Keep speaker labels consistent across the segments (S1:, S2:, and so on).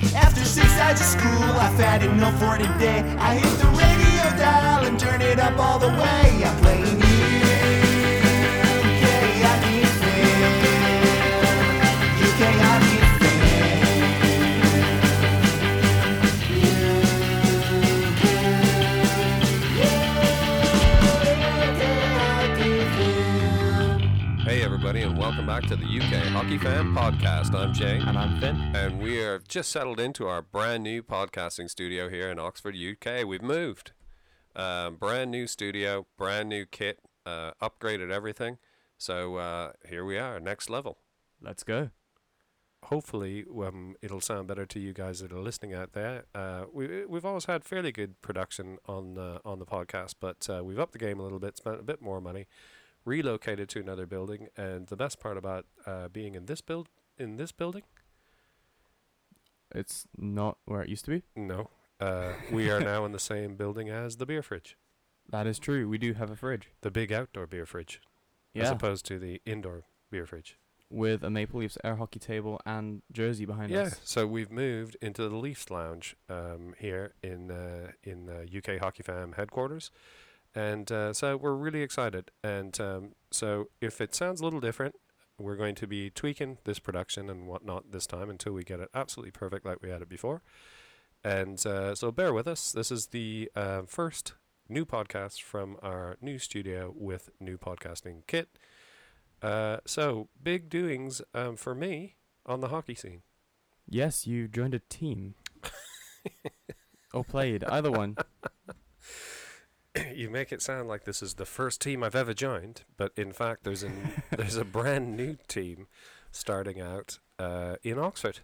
S1: since I just school, I've had enough for today. I hit the radio dial and turn it up all the way. I'm playing UK, I need fair. UK, I need
S2: Hey, everybody, and welcome back to the UK Hockey Fan Podcast. I'm Shane,
S3: And I'm Finn.
S2: and we are just settled into our brand new podcasting studio here in Oxford, UK. We've moved. Um, brand new studio, brand new kit, uh, upgraded everything. So uh, here we are, next level.
S3: Let's go.
S2: Hopefully, um, it'll sound better to you guys that are listening out there. Uh, we, we've always had fairly good production on uh, on the podcast, but uh, we've upped the game a little bit, spent a bit more money, relocated to another building, and the best part about uh, being in this build in this building,
S3: It's not where it used to be.
S2: no, uh, we are now in the same building as the beer fridge,
S3: That is true. We do have a fridge.
S2: the big outdoor beer fridge, as
S3: Yeah.
S2: opposed to the indoor beer fridge.
S3: With a Maple Leafs air hockey table and jersey behind
S2: yeah,
S3: us.
S2: so we've moved into the Leafs Lounge um, here in uh, in uh, UK Hockey Fam headquarters, and uh, so we're really excited. And um, so if it sounds a little different, we're going to be tweaking this production and whatnot this time until we get it absolutely perfect like we had it before. And uh, so bear with us. This is the uh, first new podcast from our new studio with new podcasting kit. Uh, so big doings um, for me on the hockey scene.
S3: Yes, you joined a team. or played. Either one.
S2: you make it sound like this is the first team I've ever joined, but in fact, there's a n- there's a brand new team starting out uh, in Oxford.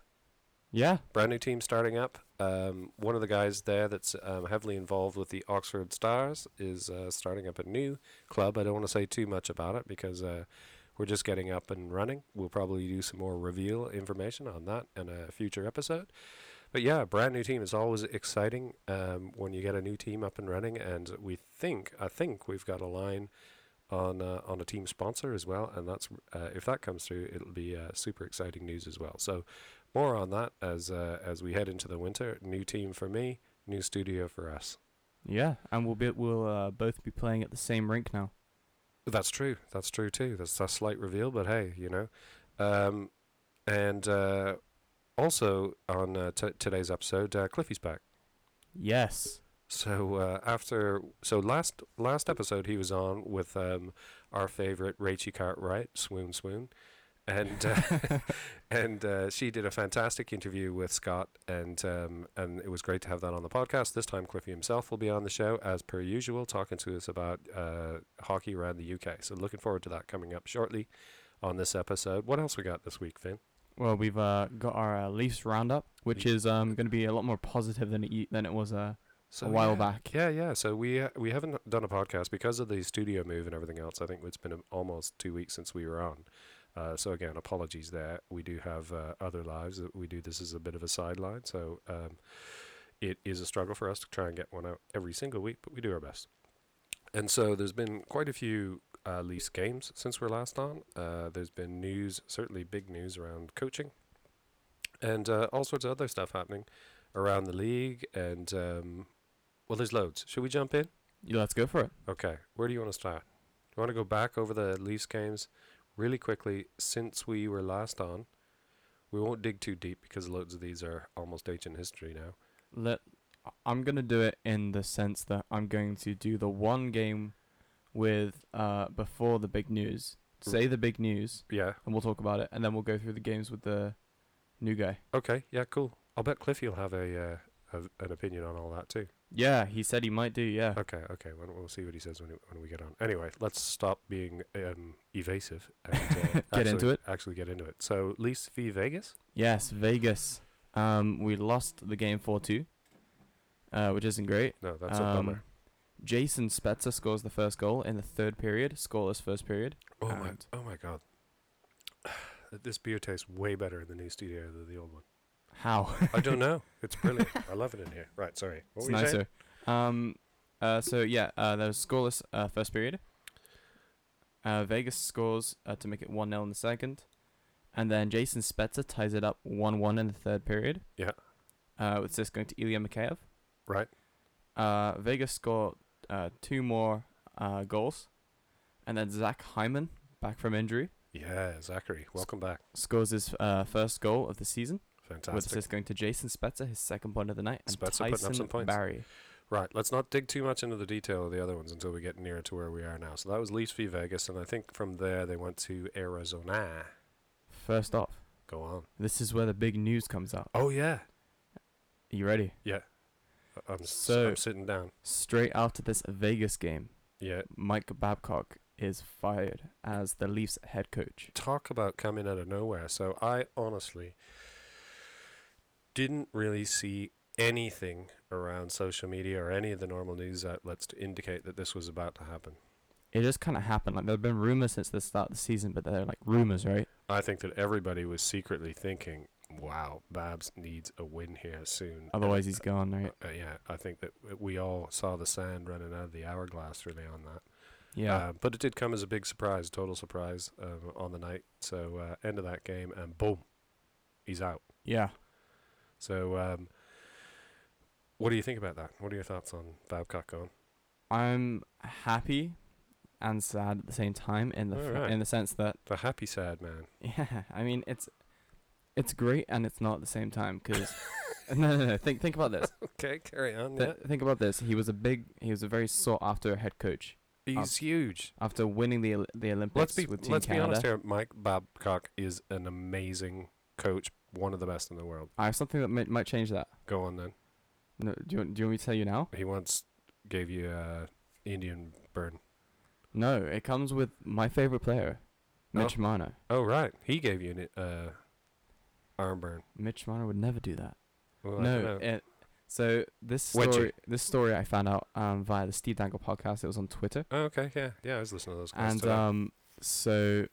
S3: Yeah.
S2: Brand new team starting up. Um, one of the guys there that's um, heavily involved with the Oxford Stars is uh, starting up a new club. I don't want to say too much about it because uh, we're just getting up and running. We'll probably do some more reveal information on that in a future episode. But yeah, a brand new team is always exciting um, when you get a new team up and running. And we think, I think we've got a line on uh, on a team sponsor as well. And that's uh, if that comes through, it'll be uh, super exciting news as well. So more on that as uh, as we head into the winter. New team for me, new studio for us.
S3: Yeah. And we'll be we'll uh, both be playing at the same rink now.
S2: That's true. That's true too. That's a slight reveal, but hey, you know. Um, and uh, also on uh, t- today's episode, uh, Cliffy's back.
S3: Yes.
S2: So uh, after so last last episode he was on with um, our favorite Rachie Cartwright, swoon swoon, and uh, and uh, she did a fantastic interview with Scott, and um, and it was great to have that on the podcast. This time Cliffy himself will be on the show as per usual, talking to us about uh, hockey around the UK. So looking forward to that coming up shortly on this episode. What else we got this week, Finn?
S3: Well, we've uh, got our uh, Leafs roundup, which is um, going to be a lot more positive than it u- than it was uh,
S2: So
S3: a while
S2: yeah.
S3: back.
S2: Yeah, yeah. So we uh, we haven't done a podcast because of the studio move and everything else. I think it's been um, almost two weeks since we were on. Uh, so again, apologies there. We do have uh, other lives that we do. This is a bit of a sideline, so um, it is a struggle for us to try and get one out every single week, but we do our best. And so there's been quite a few uh, lease games since we're last on. Uh, there's been news, certainly big news around coaching, and uh, all sorts of other stuff happening around the league and um, well, there's loads. Should we jump in?
S3: Yeah, let's go for it.
S2: Okay. Where do you want to start? Do you want to go back over the Leafs games really quickly since we were last on? We won't dig too deep because loads of these are almost ancient history now.
S3: let I'm gonna do it in the sense that I'm going to do the one game with uh before the big news. Say the big news,
S2: Yeah.
S3: and we'll talk about it, and then we'll go through the games with the new guy.
S2: Okay. Yeah. Cool. I'll bet Cliffy will have a uh, have an opinion on all that too.
S3: Yeah, he said he might do. Yeah,
S2: Okay. Okay. Well, we'll see what he says when, we- when we get on. Anyway, let's stop being um, evasive and uh,
S3: Get
S2: actually-
S3: into it.
S2: Actually, get into it. So, Leafs v Vegas.
S3: yes, Vegas. Um, we lost the game four two, uh, which isn't great.
S2: No, that's a
S3: Um,
S2: bummer.
S3: Jason Spezza scores the first goal in the third period, scoreless first period.
S2: Oh my!
S3: and-
S2: Oh my God! This beer tastes way better in the new studio than the old one.
S3: How?
S2: I don't know. It's brilliant. I love it in here. Right. Sorry. What
S3: it's
S2: were you saying?
S3: nicer. Um, uh, so yeah, uh, there was scoreless uh, first period. Uh, Vegas scores uh, to make it one 0 in the second, and then Jason Spezza ties it up one one in the third period.
S2: Yeah.
S3: uh, with Sis going to Ilya Mikheyev.
S2: Right.
S3: Uh, Vegas scored uh, two more uh, goals, and then Zach Hyman, back from injury,
S2: Yeah, Zachary, welcome back.
S3: scores his uh, first goal of the season. With
S2: Fantastic.
S3: assist going to Jason Spetzer, his second point of the night, and
S2: Spezza putting up
S3: Tyson
S2: some points.
S3: Barry.
S2: Right, let's not dig too much into the detail of the other ones until we get nearer to where we are now. So that was Leafs v Vegas, and I think from there they went to Arizona.
S3: First off,
S2: Go on.
S3: this is where the big news comes out.
S2: Oh yeah,
S3: Are you ready?
S2: I- I'm, so,
S3: So-
S2: I'm sitting down.
S3: Straight after this Vegas game,
S2: Yeah,
S3: Mike Babcock is fired as the Leafs head coach.
S2: talk about coming out of nowhere. So I honestly didn't really see anything around social media or any of the normal news outlets to indicate that this was about to happen.
S3: It just kind of happened. Like there have been rumors since the start of the season, but they're like rumors, right?
S2: I think that everybody was secretly thinking, "Wow, Babs needs a win here soon."
S3: Otherwise, he's gone, right?
S2: Uh, yeah, I think that w- we all saw the sand running out of the hourglass really on that.
S3: Yeah.
S2: Uh, but it did come as a big surprise, total surprise um, on the night. So uh, end of that game, and boom, he's out.
S3: yeah.
S2: So um, what do you think about that? What are your thoughts on Babcock going?
S3: I'm happy and sad at the same time in the
S2: All
S3: fa-
S2: right.
S3: in the sense that
S2: The happy sad man.
S3: yeah, I mean it's it's great and it's not at the same time because no, no, no. Think think about this.
S2: Okay, carry on.
S3: Th- think about this. He was a big, he was a very sought after head coach
S2: yeah. He's huge.
S3: after winning the Oli- the Olympics
S2: Let's be
S3: with Team
S2: let's be
S3: Canada.
S2: honest here. Mike Babcock is an amazing coach, one of the best in the world.
S3: I have something that might, might change that.
S2: Go on then.
S3: No, do you want, do you want me to tell you now?
S2: He once gave you uh, Indian burn.
S3: No, it comes with my favorite player, Mitch Marner.
S2: Oh right, he gave you an uh, arm burn.
S3: Mitch Marner would never do that.
S2: Well, I don't
S3: no,
S2: know.
S3: it, so this
S2: Would you?
S3: story, this story I found out um, via the Steve Dangle podcast. It was on Twitter,
S2: Oh, okay, yeah, yeah. I was listening to those guys.
S3: and
S2: today.
S3: um, so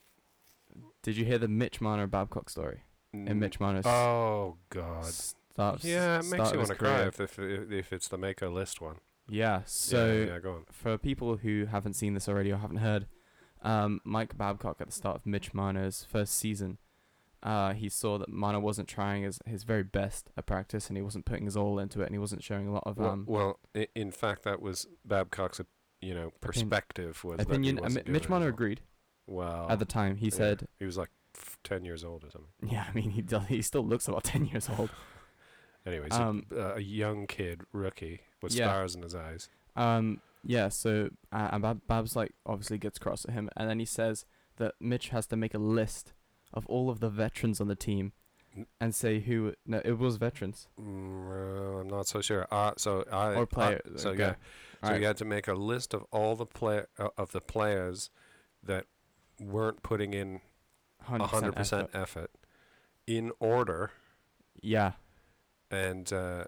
S3: did you hear the Mitch Marner Babcock story?
S2: Mm,
S3: And Mitch Marner's
S2: Oh God.
S3: start,
S2: Yeah, it makes
S3: start
S2: you want
S3: of his
S2: to cry
S3: career.
S2: if, if if it's the make a list one.
S3: Yeah, so.
S2: yeah, yeah, go on.
S3: for people who haven't seen this already or haven't heard, um, Mike Babcock at the start of Mitch Marner's first season, uh, he saw that Marner wasn't trying his, his very best at practice and he wasn't putting his all into it and he wasn't showing a lot of
S2: Well,
S3: um,
S2: well, i- in fact, that was Babcock's, op- you know, perspective was that he
S3: opinion. And Mi-
S2: wasn't
S3: Mitch
S2: doing
S3: Marner
S2: well.
S3: agreed
S2: Well,
S3: at the time. He
S2: yeah,
S3: said,
S2: he was like f- ten years old or something.
S3: "Yeah, I mean, he does, he still looks about ten years old."
S2: Anyway, so
S3: Um,
S2: uh, a young kid, rookie, with
S3: Yeah.
S2: stars in his eyes.
S3: Um, yeah. So uh, and Bab- Babs like obviously gets cross at him, and then he says that Mitch has to make a list of all of the veterans on the team
S2: N-
S3: and say who. No, it was veterans.
S2: Mm, uh, I'm not so sure. Uh, so I
S3: or player.
S2: Uh, so
S3: okay.
S2: yeah, so
S3: Alright.
S2: you had to make a list of all the play uh, of the players that weren't putting in
S3: 100%,
S2: hundred percent
S3: effort.
S2: effort in order,
S3: Yeah,
S2: and uh,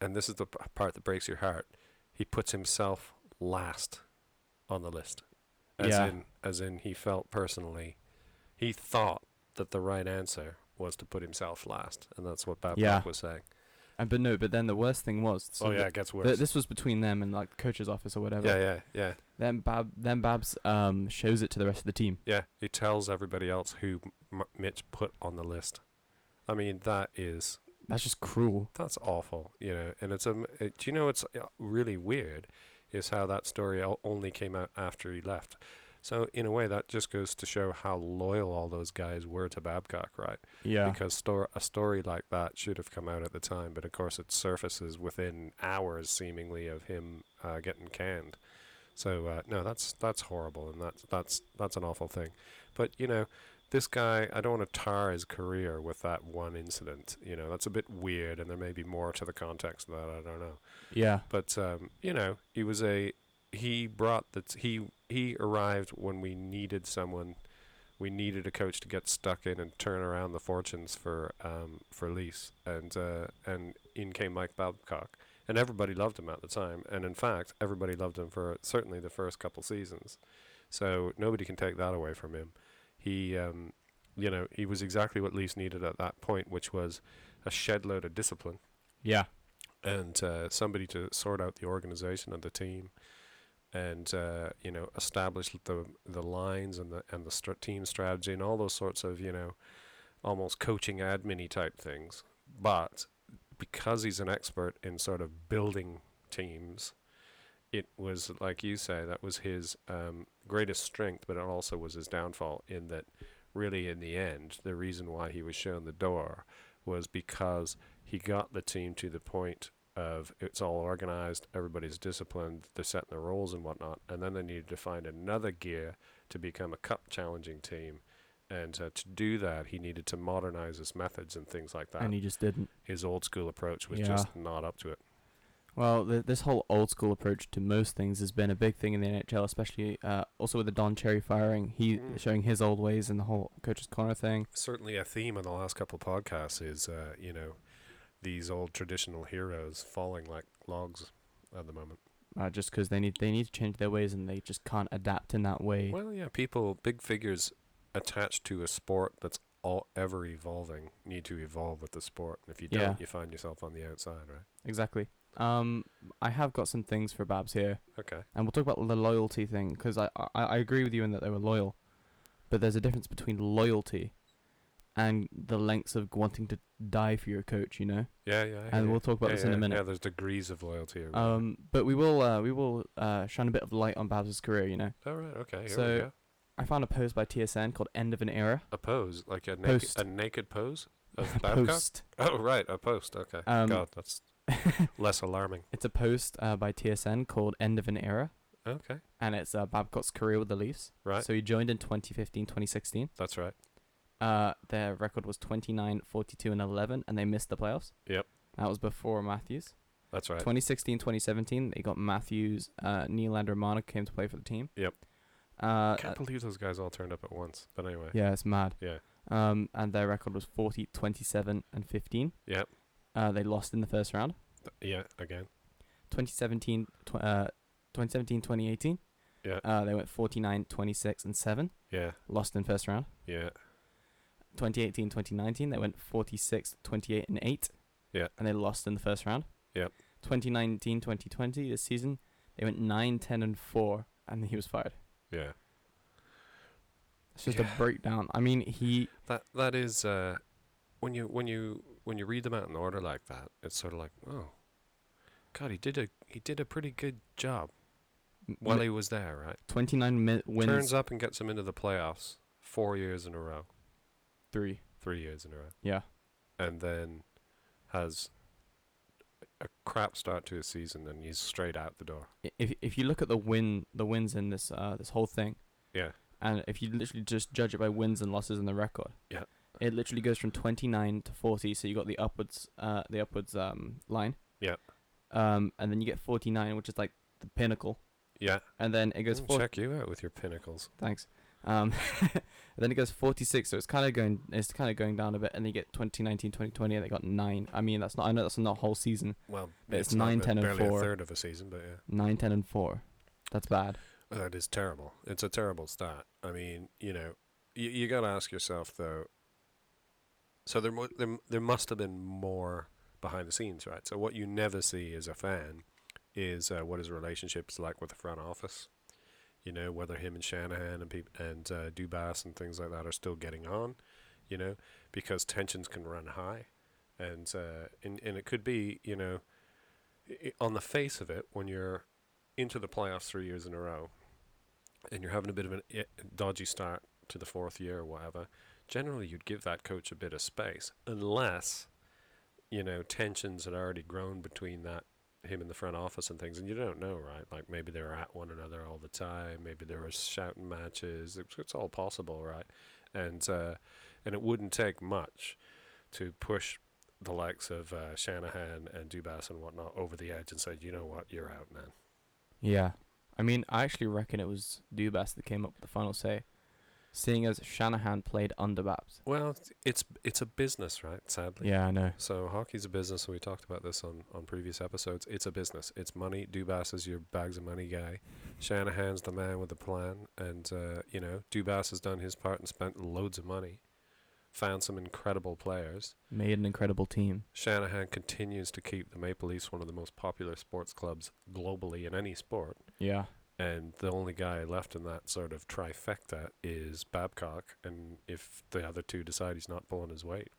S2: and this is the p- part that breaks your heart. He puts himself last on the list, as
S3: Yeah.
S2: in as in he felt personally, he thought that the right answer was to put himself last, and that's what Babcock
S3: Yeah.
S2: was saying.
S3: and but no, but then the worst thing was. so
S2: oh yeah,
S3: th-
S2: it gets
S3: th-
S2: worse.
S3: this was between them and like the coach's office or whatever.
S2: yeah, yeah, yeah,
S3: Then Bab, then Babs um shows it to the rest of the team.
S2: yeah. He tells everybody else who M- Mitch put on the list. I mean, that is
S3: That's just cruel.
S2: That's awful, you know. And it's um, it, do you know it's uh, really weird, is how that story o- only came out after he left. So in a way, that just goes to show how loyal all those guys were to Babcock, right?
S3: Yeah,
S2: Because stor- a story like that should have come out at the time, but of course it surfaces within hours, seemingly, of him uh, getting canned. So uh, no, that's that's horrible, and that's that's that's an awful thing. But you know, this guy, I don't want to tar his career with that one incident. You know, that's a bit weird, and there may be more to the context of that. I don't know.
S3: yeah,
S2: But um, you know, he was a he brought the t- he he arrived when we needed someone. We needed a coach to get stuck in and turn around the fortunes for um, for Lease, and uh, and in came Mike Babcock, and everybody loved him at the time, and in fact, everybody loved him for certainly the first couple seasons, so nobody can take that away from him. He, um, you know, he was exactly what Lease needed at that point, which was a shed load of discipline
S3: yeah,
S2: and uh, somebody to sort out the organization and the team, and uh, you know establish the the lines and the and the str team strategy and all those sorts of you know almost coaching admin type things, but because he's an expert in sort of building teams, it was like you say that was his um, greatest strength, but it also was his downfall. In that, really, in the end, the reason why he was shown the door was because he got the team to the point of it's all organized, everybody's disciplined, they're setting the rules and whatnot, and then they needed to find another gear to become a cup challenging team. And uh, to do that, he needed to modernize his methods and things like that.
S3: and he just didn't.
S2: his old school approach was
S3: Yeah.
S2: just not up to it.
S3: Well, th- this whole old school approach to most things has been a big thing in the NHL, especially uh, also with the Don Cherry firing. He
S2: Mm.
S3: showing his old ways and the whole coach's corner thing.
S2: certainly a theme on the last couple of podcasts is uh, you know these old traditional heroes falling like logs at the moment.
S3: Uh, just because they need they need to change their ways and they just can't adapt in that way.
S2: Well, yeah, people big figures attached to a sport that's all ever evolving need to evolve with the sport. And if you don't,
S3: Yeah.
S2: you find yourself on the outside, right?
S3: Exactly. Um, I have got some things for Babs here,
S2: Okay.
S3: and we'll talk about the loyalty thing because I, I I agree with you in that they were loyal, but there's a difference between loyalty and the lengths of wanting to die for your coach. You know,
S2: Yeah, yeah. I hear
S3: and
S2: you.
S3: we'll talk about
S2: yeah,
S3: this
S2: yeah,
S3: in a minute.
S2: Yeah, there's degrees of loyalty. Around.
S3: Um, but we will uh, we will uh, shine a bit of light on Babs' career. You know,
S2: all Oh, right. Okay. Here
S3: so-
S2: we go.
S3: I found a post by TSN called "End of an Era."
S2: A pose, like a naked,
S3: Post.
S2: a naked pose of Babcock.
S3: post.
S2: Oh, right. A post. Okay.
S3: Um,
S2: God, that's less alarming.
S3: it's a post uh, by TSN called "End of an Era,"
S2: Okay.
S3: and it's uh, Babcock's career with the Leafs.
S2: Right.
S3: So he joined in 2015, 2016.
S2: That's right.
S3: Uh, their record was 29, 42, and 11, and they missed the playoffs.
S2: Yep.
S3: That was before Matthews.
S2: That's right.
S3: 2016, 2017, they got Matthews, uh, Nylander, Monica came to play for the team.
S2: Yep.
S3: Uh,
S2: I can't believe those guys all turned up at once. But anyway.
S3: yeah, it's mad.
S2: Yeah.
S3: Um, and their record was 40, 27, and 15.
S2: Yep.
S3: Uh, they lost in the first round.
S2: Th- Yeah. Again.
S3: 2017, tw- uh, 2017, 2018.
S2: Yeah.
S3: Uh, they went 49, 26, and 7.
S2: Yeah.
S3: Lost in first round.
S2: Yeah.
S3: 2018, 2019, they went 46, 28, and 8.
S2: Yeah.
S3: And they lost in the first round.
S2: Yep.
S3: 2019, 2020, this season, they went 9, 10, and 4, and he was fired.
S2: Yeah.
S3: It's just
S2: Yeah.
S3: a breakdown. I mean, he.
S2: That that is uh, when you when you when you read them out in order like that, it's sort of like oh, God, he did a he did a pretty good job
S3: m-
S2: while
S3: mi-
S2: he was there, right?
S3: 29 mi- wins,
S2: Turns up and gets them into the playoffs four years in a row,
S3: 3.
S2: three years in a row,
S3: Yeah.
S2: and then has a crap start to his season, and he's straight out the door.
S3: I- If, if you look at the win, the wins in this uh, this whole thing,
S2: Yeah.
S3: and if you literally just judge it by wins and losses in the record,
S2: Yeah.
S3: it literally goes from 29 to 40. So you got the upwards, uh, the upwards um line.
S2: Yeah.
S3: Um, and then you get 49, which is like the pinnacle,
S2: Yeah.
S3: and then it goes
S2: Mm,
S3: four.
S2: check you out with your pinnacles.
S3: Thanks. Um, and then it goes 46. So it's kind of going, it's kind of going down a bit, and then you get 2019, 2020, and they got nine. I mean, that's not, I know that's not a whole season.
S2: Well,
S3: But it's nine,
S2: but
S3: 10, and
S2: barely
S3: four.
S2: a third of a season, but yeah,
S3: Nine, ten, and four. That's bad.
S2: Well, that is terrible. It's a terrible start. I mean, you know, you, you got to ask yourself though. So there, mu- there, there must have been more behind the scenes, right? So what you never see as a fan is uh, what his relationships like with the front office. You know, whether him and Shanahan and peop- and uh, Dubas and things like that are still getting on. You know, because tensions can run high, and uh, and and it could be, you know, i- i- on the face of it, when you're into the playoffs three years in a row, and you're having a bit of a dodgy start to the fourth year or whatever, generally you'd give that coach a bit of space, unless you know tensions had already grown between that him and the front office and things, and you don't know, right? Like maybe they were at one another all the time, maybe there were shouting matches. It's, it's all possible, right? And uh, and it wouldn't take much to push the likes of uh, Shanahan and Dubas and whatnot over the edge and say, you know what, you're out, man.
S3: Yeah. I mean, I actually reckon it was Dubas that came up with the final say, seeing as Shanahan played under Babs.
S2: Well, it's- it's it's a business, right? Sadly.
S3: Yeah, I know.
S2: So hockey's a business, and we talked about this on, on previous episodes. It's a business. It's money. Dubas is your bags of money guy. Shanahan's the man with the plan, and uh, you know Dubas has done his part and spent loads of money, found some incredible players.
S3: Made an incredible team.
S2: Shanahan continues to keep the Maple Leafs one of the most popular sports clubs globally in any sport,
S3: Yeah.
S2: and the only guy left in that sort of trifecta is Babcock. And if the other two decide he's not pulling his weight,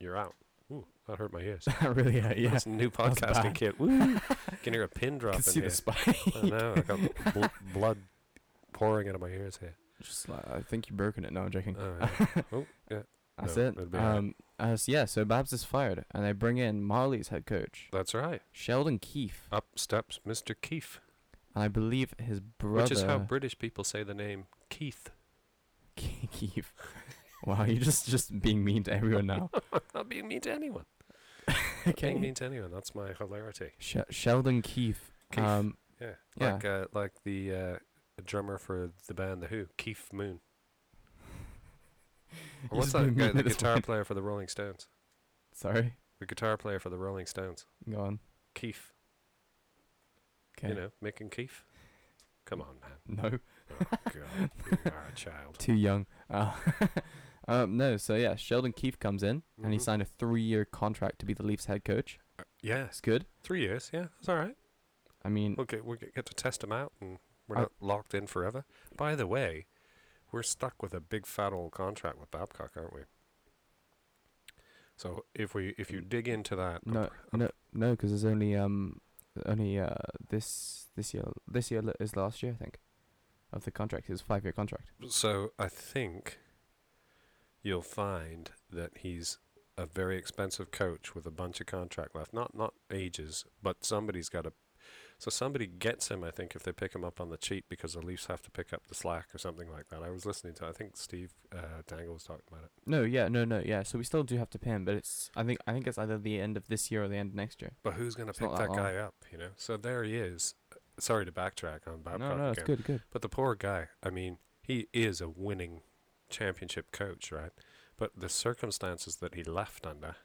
S2: you're out. Ooh, that hurt my ears.
S3: that really hurt, yeah.
S2: That's a new
S3: was
S2: podcasting
S3: bad.
S2: kit. Woo! Can hear a pin
S3: I
S2: drop
S3: can
S2: in
S3: see
S2: here.
S3: the spike.
S2: I know. I got bl- blood pouring out of my ears here.
S3: Just like, I think you've broken it. No, I'm joking.
S2: All right. Oh, yeah.
S3: That's
S2: No, it'll
S3: it.
S2: be all right.
S3: Um, uh, so yeah, so Babs is fired, and they bring in Marley's head coach,
S2: That's right.
S3: Sheldon Keefe,
S2: Up steps Mr. Keefe,
S3: and I believe his brother.
S2: which is how British people say the name Keith.
S3: Keefe. Wow, you're just just being mean to everyone now.
S2: Not being mean to anyone. Being
S3: okay.
S2: mean to anyone. That's my hilarity.
S3: Sh- Sheldon Keefe.
S2: Keefe.
S3: Um,
S2: Yeah.
S3: Yeah.
S2: Like uh, like the uh, drummer for the band The Who, Keith Moon. Or
S3: You're
S2: what's
S3: just being
S2: that guy,
S3: mean
S2: the
S3: at this
S2: guitar
S3: point.
S2: player for the Rolling Stones?
S3: Sorry.
S2: The guitar player for the Rolling Stones,
S3: Go on.
S2: Keith.
S3: Okay.
S2: You know, Mick and Keith. Come on, man.
S3: No,
S2: Oh, God, you are a child.
S3: too young. Uh, um, no. So yeah, Sheldon Keefe comes in, and he
S2: Mhm.
S3: signed a three-year contract to be the Leafs head coach.
S2: Yeah,
S3: That's good.
S2: three years. Yeah, it's all right.
S3: I mean,
S2: We'll get, we'll get get to test him out, and we're
S3: I-
S2: not locked in forever. By the way, we're stuck with a big fat old contract with Babcock, aren't we? So if we if you dig into that, I'm
S3: Mm, No,
S2: pr- I'm
S3: no, no, because there's only um only uh this this year this year li- is last year I think of the contract. It's five year contract.
S2: So I think you'll find that he's a very expensive coach with a bunch of contract left. Not not ages, but somebody's got to. So somebody gets him, I think, if they pick him up on the cheap because the Leafs have to pick up the slack or something like that. I was listening to, I think Steve uh, Dangle was talking about it.
S3: No, yeah, no, no, yeah. So we still do have to pay him, but it's I think I think it's either the end of this year or the end of next year.
S2: But who's going to
S3: It's not
S2: pick
S3: that
S2: that, guy up? You know. So there he is. Sorry to backtrack on Babcock
S3: no, no, it's
S2: again.
S3: good, good.
S2: But the poor guy, I mean, he is a winning championship coach, right? But the circumstances that he left under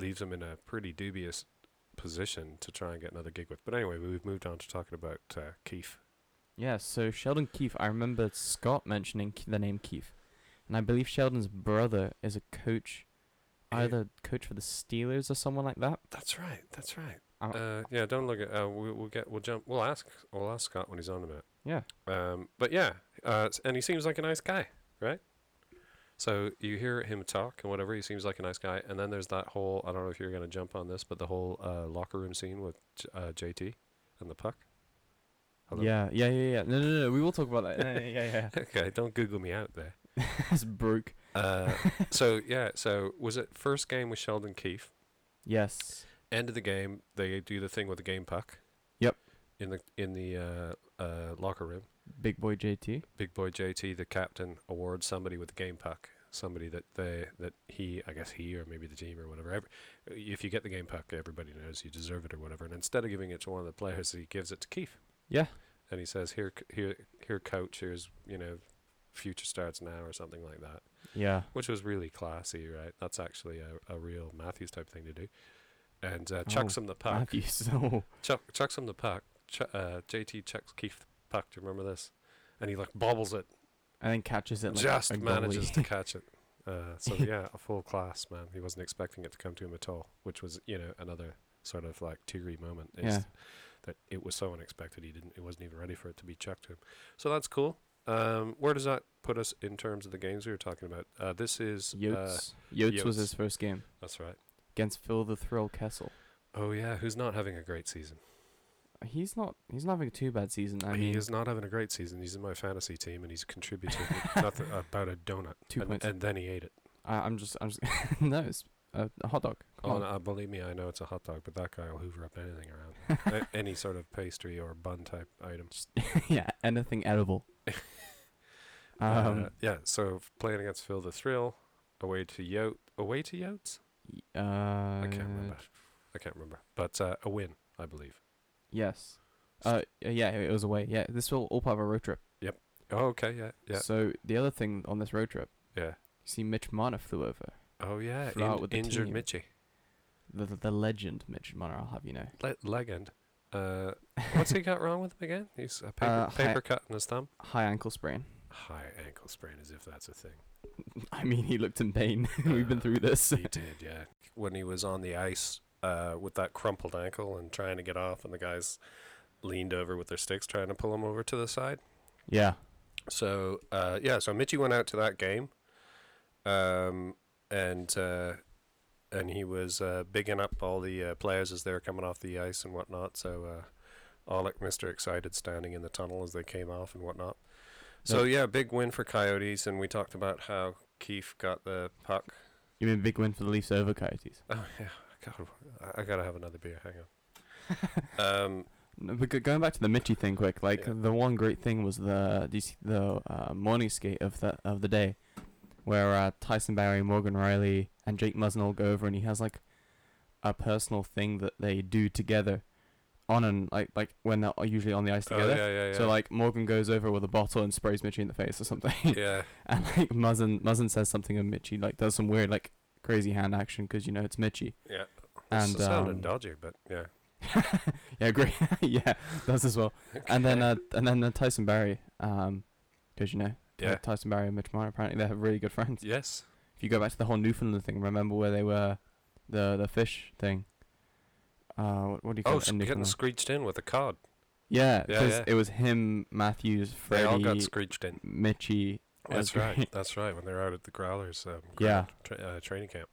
S2: leaves him in a pretty dubious position to try and get another gig with. But anyway, we've moved on to talking about uh, Keith.
S3: Yeah. So Sheldon Keefe, I remember Scott mentioning K- the name Keefe, and I believe Sheldon's brother is a coach,
S2: Yeah.
S3: either coach for the Steelers or someone like that.
S2: That's right. That's right.
S3: Um,
S2: Uh, yeah, don't look at. Uh, we, we'll get. We'll jump. We'll ask. We'll ask Scott when he's on in a minute.
S3: Yeah.
S2: Um, but yeah, uh, s- and he seems like a nice guy, right? So you hear him talk and whatever. He seems like a nice guy. And then there's that whole. I don't know if you're going to jump on this, but the whole uh, locker room scene with J- uh, JT and the puck. Hello?
S3: Yeah, yeah, yeah, yeah. No, no, no. We will talk about that. No, no, yeah,
S2: Okay, don't Google me out there.
S3: yeah. it's Brooke.
S2: Uh, so yeah, so was it first game with Sheldon Keefe?
S3: Yes.
S2: End of the game, they do the thing with the game puck.
S3: Yep.
S2: In the in the uh, uh, locker room.
S3: Big boy JT.
S2: big boy JT, the captain, awards somebody with the game puck. Somebody that they that he, I guess he or maybe the team or whatever. Every, if you get the game puck, everybody knows you deserve it or whatever. And instead of giving it to one of the players, he gives it to Keith.
S3: Yeah.
S2: And he says, "Here, c- here, here, coach. Here's you know, future starts now or something like that."
S3: Yeah.
S2: Which was really classy, right? That's actually a, a real Matthews type thing to do. And uh,
S3: Oh,
S2: chucks him the puck.
S3: Matthew, so
S2: Chuck, chucks him the puck. Ch- uh, JT chucks Keith the puck. Do you remember this? And he like bobbles it
S3: and then catches it like
S2: just
S3: a goalie.
S2: manages to catch it. Uh, so yeah, a full class man. He wasn't expecting it to come to him at all, which was you know another sort of like teary moment. Is
S3: Yeah.
S2: that it was so unexpected. He didn't. He wasn't even ready for it to be chucked to him. So that's cool. Um, where does that put us in terms of the games we were talking about? Uh, this is Uh,
S3: Yotes. Yotes. was
S2: Yotes.
S3: his first game
S2: that's right.
S3: against Phil the Thrill Kessel.
S2: Oh yeah, who's not having a great season?
S3: He's not. He's not having a too bad season. I
S2: he
S3: mean,
S2: is not having a great season. He's in my fantasy team, and he's contributed nothing about a donut.
S3: Two
S2: and,
S3: points.
S2: and then he ate it.
S3: I, I'm just. I'm just. no, it's a, a hot dog. Come
S2: Oh,
S3: on.
S2: no, believe me, I know it's a hot dog, but that guy will hoover up anything around. A- any sort of pastry or bun type item.
S3: yeah, anything edible. um.
S2: Uh, yeah, so f- playing against Phil the Thrill, away to Yote. Away to Yotes?
S3: y- Uh,
S2: I can't remember. I can't remember. But uh, a win, I believe.
S3: Yes. Uh. Yeah. It was away. Yeah. This was all part of a road trip.
S2: Oh, okay, yeah, yeah,
S3: So the other thing on this road trip,
S2: yeah.
S3: you see, Mitch Marner flew over.
S2: Oh, yeah,
S3: Throw out
S2: in-
S3: with the
S2: injured
S3: team.
S2: Mitchie.
S3: The, the, the legend Mitch Marner, I'll have you know.
S2: Le- legend. Uh, what's he got wrong with him again? He's a paper,
S3: Uh, hi-
S2: paper cut in his thumb.
S3: High ankle sprain.
S2: High ankle sprain, as if that's a thing.
S3: I mean, he looked in pain. We've been through this.
S2: Uh, he did, yeah. When he was on the ice uh, with that crumpled ankle and trying to get off, and the guys leaned over with their sticks trying to pull him over to the side.
S3: Yeah.
S2: So uh, yeah, so Mitchie went out to that game, um, and uh, and he was uh, bigging up all the uh, players as they were coming off the ice and whatnot. So uh, all like Mr. Excited standing in the tunnel as they came off and whatnot. So yeah, big win for Coyotes, and we talked about how Keefe got the puck.
S3: You mean big win for the Leafs over Coyotes?
S2: Oh yeah, God, I- I gotta have another beer. Hang on. Um,
S3: No, but go- going back to the Mitchie thing, quick. Like
S2: Yeah.
S3: the one great thing was the do you see the uh, morning skate of the of the day, where uh, Tyson Barry, Morgan Riley, and Jake Muzzin all go over, and he has like a personal thing that they do together, on and like like when they're usually on the ice
S2: oh
S3: together.
S2: yeah, yeah, yeah.
S3: So like Morgan goes over with a bottle and sprays Mitchie in the face or something,
S2: yeah,
S3: and like Muzzin Muzzin says something and Mitchie like does some weird like crazy hand action because you know it's Mitchie.
S2: yeah.
S3: And
S2: And, sounded
S3: um,
S2: dodgy, but yeah.
S3: yeah, great. yeah, does as well. And then uh, and then uh, Tyson Barry, um, because you know, Ty-
S2: Yeah.
S3: Tyson Barry and Mitch Marner apparently they're really good friends.
S2: yes.
S3: If you go back to the whole Newfoundland thing, remember where they were, the the fish thing. Uh, what, what do you call
S2: Oh,
S3: it?
S2: s-
S3: in
S2: getting
S3: Newfoundland?
S2: screeched in with a cod.
S3: yeah,
S2: Yeah,
S3: because
S2: yeah.
S3: it was him, Matthews,
S2: They all got
S3: Freddie,
S2: screeched in.
S3: Mitchie.
S2: That's
S3: That's
S2: right.
S3: great.
S2: That's right. When they were out at the Growlers, um,
S3: Yeah.
S2: ground tra- uh, training camp.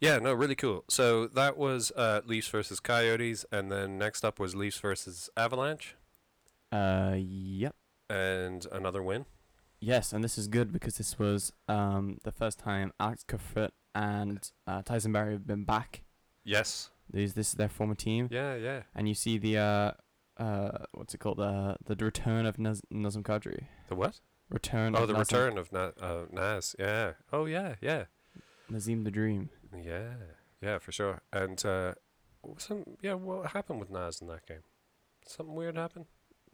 S2: Yeah, no, really cool. So that was uh, Leafs versus Coyotes, and then next up was Leafs versus Avalanche,
S3: Uh, yep.
S2: and another win.
S3: Yes, and this is good because this was um the first time Alex Kerfoot and uh, Tyson Barry have been back.
S2: Yes.
S3: These this is their former team.
S2: Yeah, yeah.
S3: and you see the uh uh what's it called the the return of Naz- Nazem Kadri
S2: The what?
S3: return
S2: Oh,
S3: of
S2: the
S3: Nazem-
S2: return of Na- uh, Nas. Yeah. Oh, yeah, yeah,
S3: Nazim the Dream
S2: yeah, yeah, for sure. And uh, some yeah, what happened with Nas in that game? Something weird happened.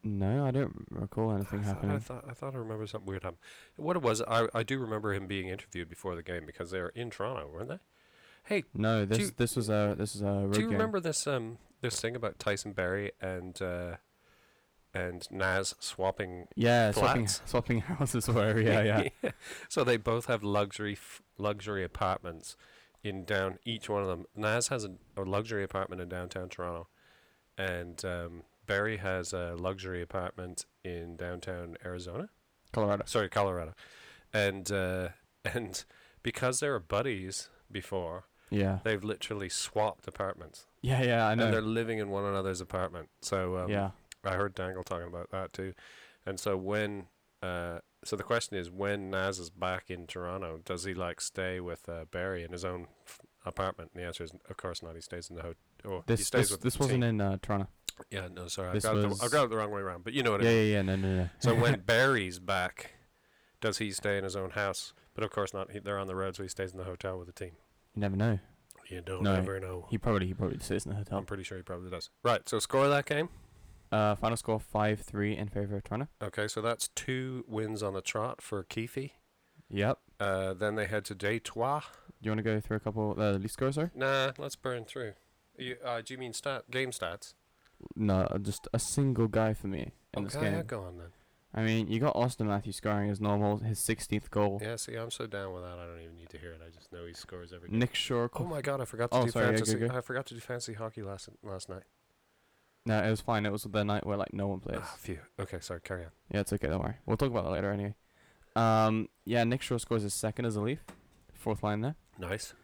S3: no I don't recall anything
S2: I thought- I
S3: happening
S2: thought I thought I remember something weird happened. What it was, I I do remember him being interviewed before the game because they were in Toronto, weren't they? Hey,
S3: no this
S2: you-
S3: this was a this was a road
S2: do you
S3: game
S2: remember this um this thing about Tyson Berry and uh and Nas swapping?
S3: yeah swapping,
S2: Flats?
S3: swapping houses were yeah yeah
S2: so they both have luxury f- luxury apartments in down each one of them. Nas has a, a luxury apartment in downtown Toronto, and um, Barry has a luxury apartment in downtown Arizona.
S3: Colorado
S2: sorry, Colorado, and uh, and because they were buddies before,
S3: yeah
S2: they've literally swapped apartments,
S3: yeah yeah I
S2: and they're
S3: know
S2: living in one another's apartment. So um,
S3: yeah
S2: I heard Dangle talking about that too, and so when uh, so the question is when Nas is back in Toronto, does he like stay with uh, Barry in his own f- apartment? And the answer is of course not. He stays in the hotel. Or he
S3: this
S2: stays
S3: this,
S2: with
S3: this
S2: the
S3: wasn't
S2: team.
S3: in uh, Toronto
S2: Yeah, no, sorry, I
S3: this
S2: got, it
S3: was-
S2: the, I got it the wrong way around. But you know what I
S3: yeah
S2: mean.
S3: yeah yeah no no no
S2: So when Barry's back, does he stay in his own house? But of course not. He, they're on the road, so he stays in the hotel with the team.
S3: you never know
S2: You don't
S3: No,
S2: ever know.
S3: he probably he probably sits in the
S2: I'm
S3: hotel
S2: pretty sure he probably does. Right. So score that game.
S3: uh final score five three in favor of Toronto
S2: Okay. So that's two wins on the trot for Keefe.
S3: yep
S2: Uh, then they head to day trois.
S3: do you want to go through a couple uh, least scores sorry
S2: Nah, let's burn through. You, uh, do you mean stat game stats?
S3: No, uh, just a single guy for me in this
S2: okay,
S3: game.
S2: go on then.
S3: I mean, you got Austin Matthews scoring as normal, his 16th goal.
S2: Yeah, see, I'm so down with that. I don't even need to hear it. I just know he scores every game.
S3: Nick Shore.
S2: Oh my god, I forgot to
S3: Mm. Oh,
S2: do
S3: sorry, yeah, go,
S2: fantasy.
S3: go.
S2: I forgot to do fantasy hockey last last night.
S3: No, it was fine. It was the night where like no one plays.
S2: Ah, phew. Okay, sorry. Carry on.
S3: Yeah, it's okay. Don't worry. We'll talk about that later anyway. Um, yeah, Nick Shore scores his second as a Leaf, fourth line there.
S2: Nice.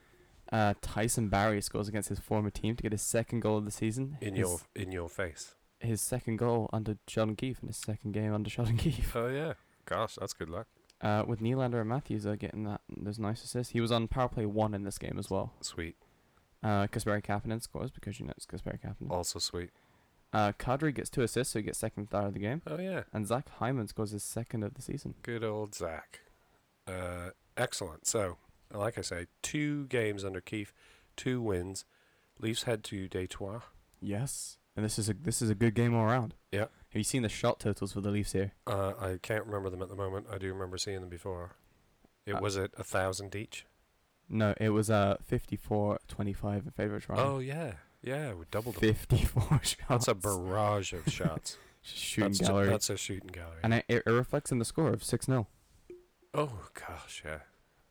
S3: Uh, Tyson Barry scores against his former team to get his second goal of the season.
S2: in
S3: his,
S2: your in your face.
S3: his second goal under Sheldon Keefe in his second game under Sheldon Keefe.
S2: Oh yeah, gosh, that's good luck.
S3: Uh, with Nylander and Matthews are getting that those nice assists. He was on power play one in this game as well.
S2: Sweet,
S3: Uh, Kasperi Kapanen scores because you know it's Kasperi Kapanen.
S2: also sweet.
S3: Uh, Kadri gets two assists, so he gets second star of the game.
S2: Oh yeah,
S3: And Zach Hyman scores his second of the season.
S2: good old Zach. Uh, excellent. So, like I say, two games under Keefe, two wins. Leafs head to Detroit.
S3: Yes. And this is a this is a good game all around.
S2: Yeah.
S3: Have you seen the shot totals for the Leafs here?
S2: Uh, I can't remember them at the moment. I do remember seeing them before. It
S3: Uh,
S2: was at a thousand each.
S3: No, it was uh 54-25 in favor of Toronto.
S2: Oh yeah, yeah, we doubled them.
S3: 54 shots.
S2: That's a barrage of shots.
S3: shooting
S2: that's, ju-
S3: gallery.
S2: that's a shooting gallery.
S3: and it, it reflects in the score of 6-0.
S2: oh gosh, yeah.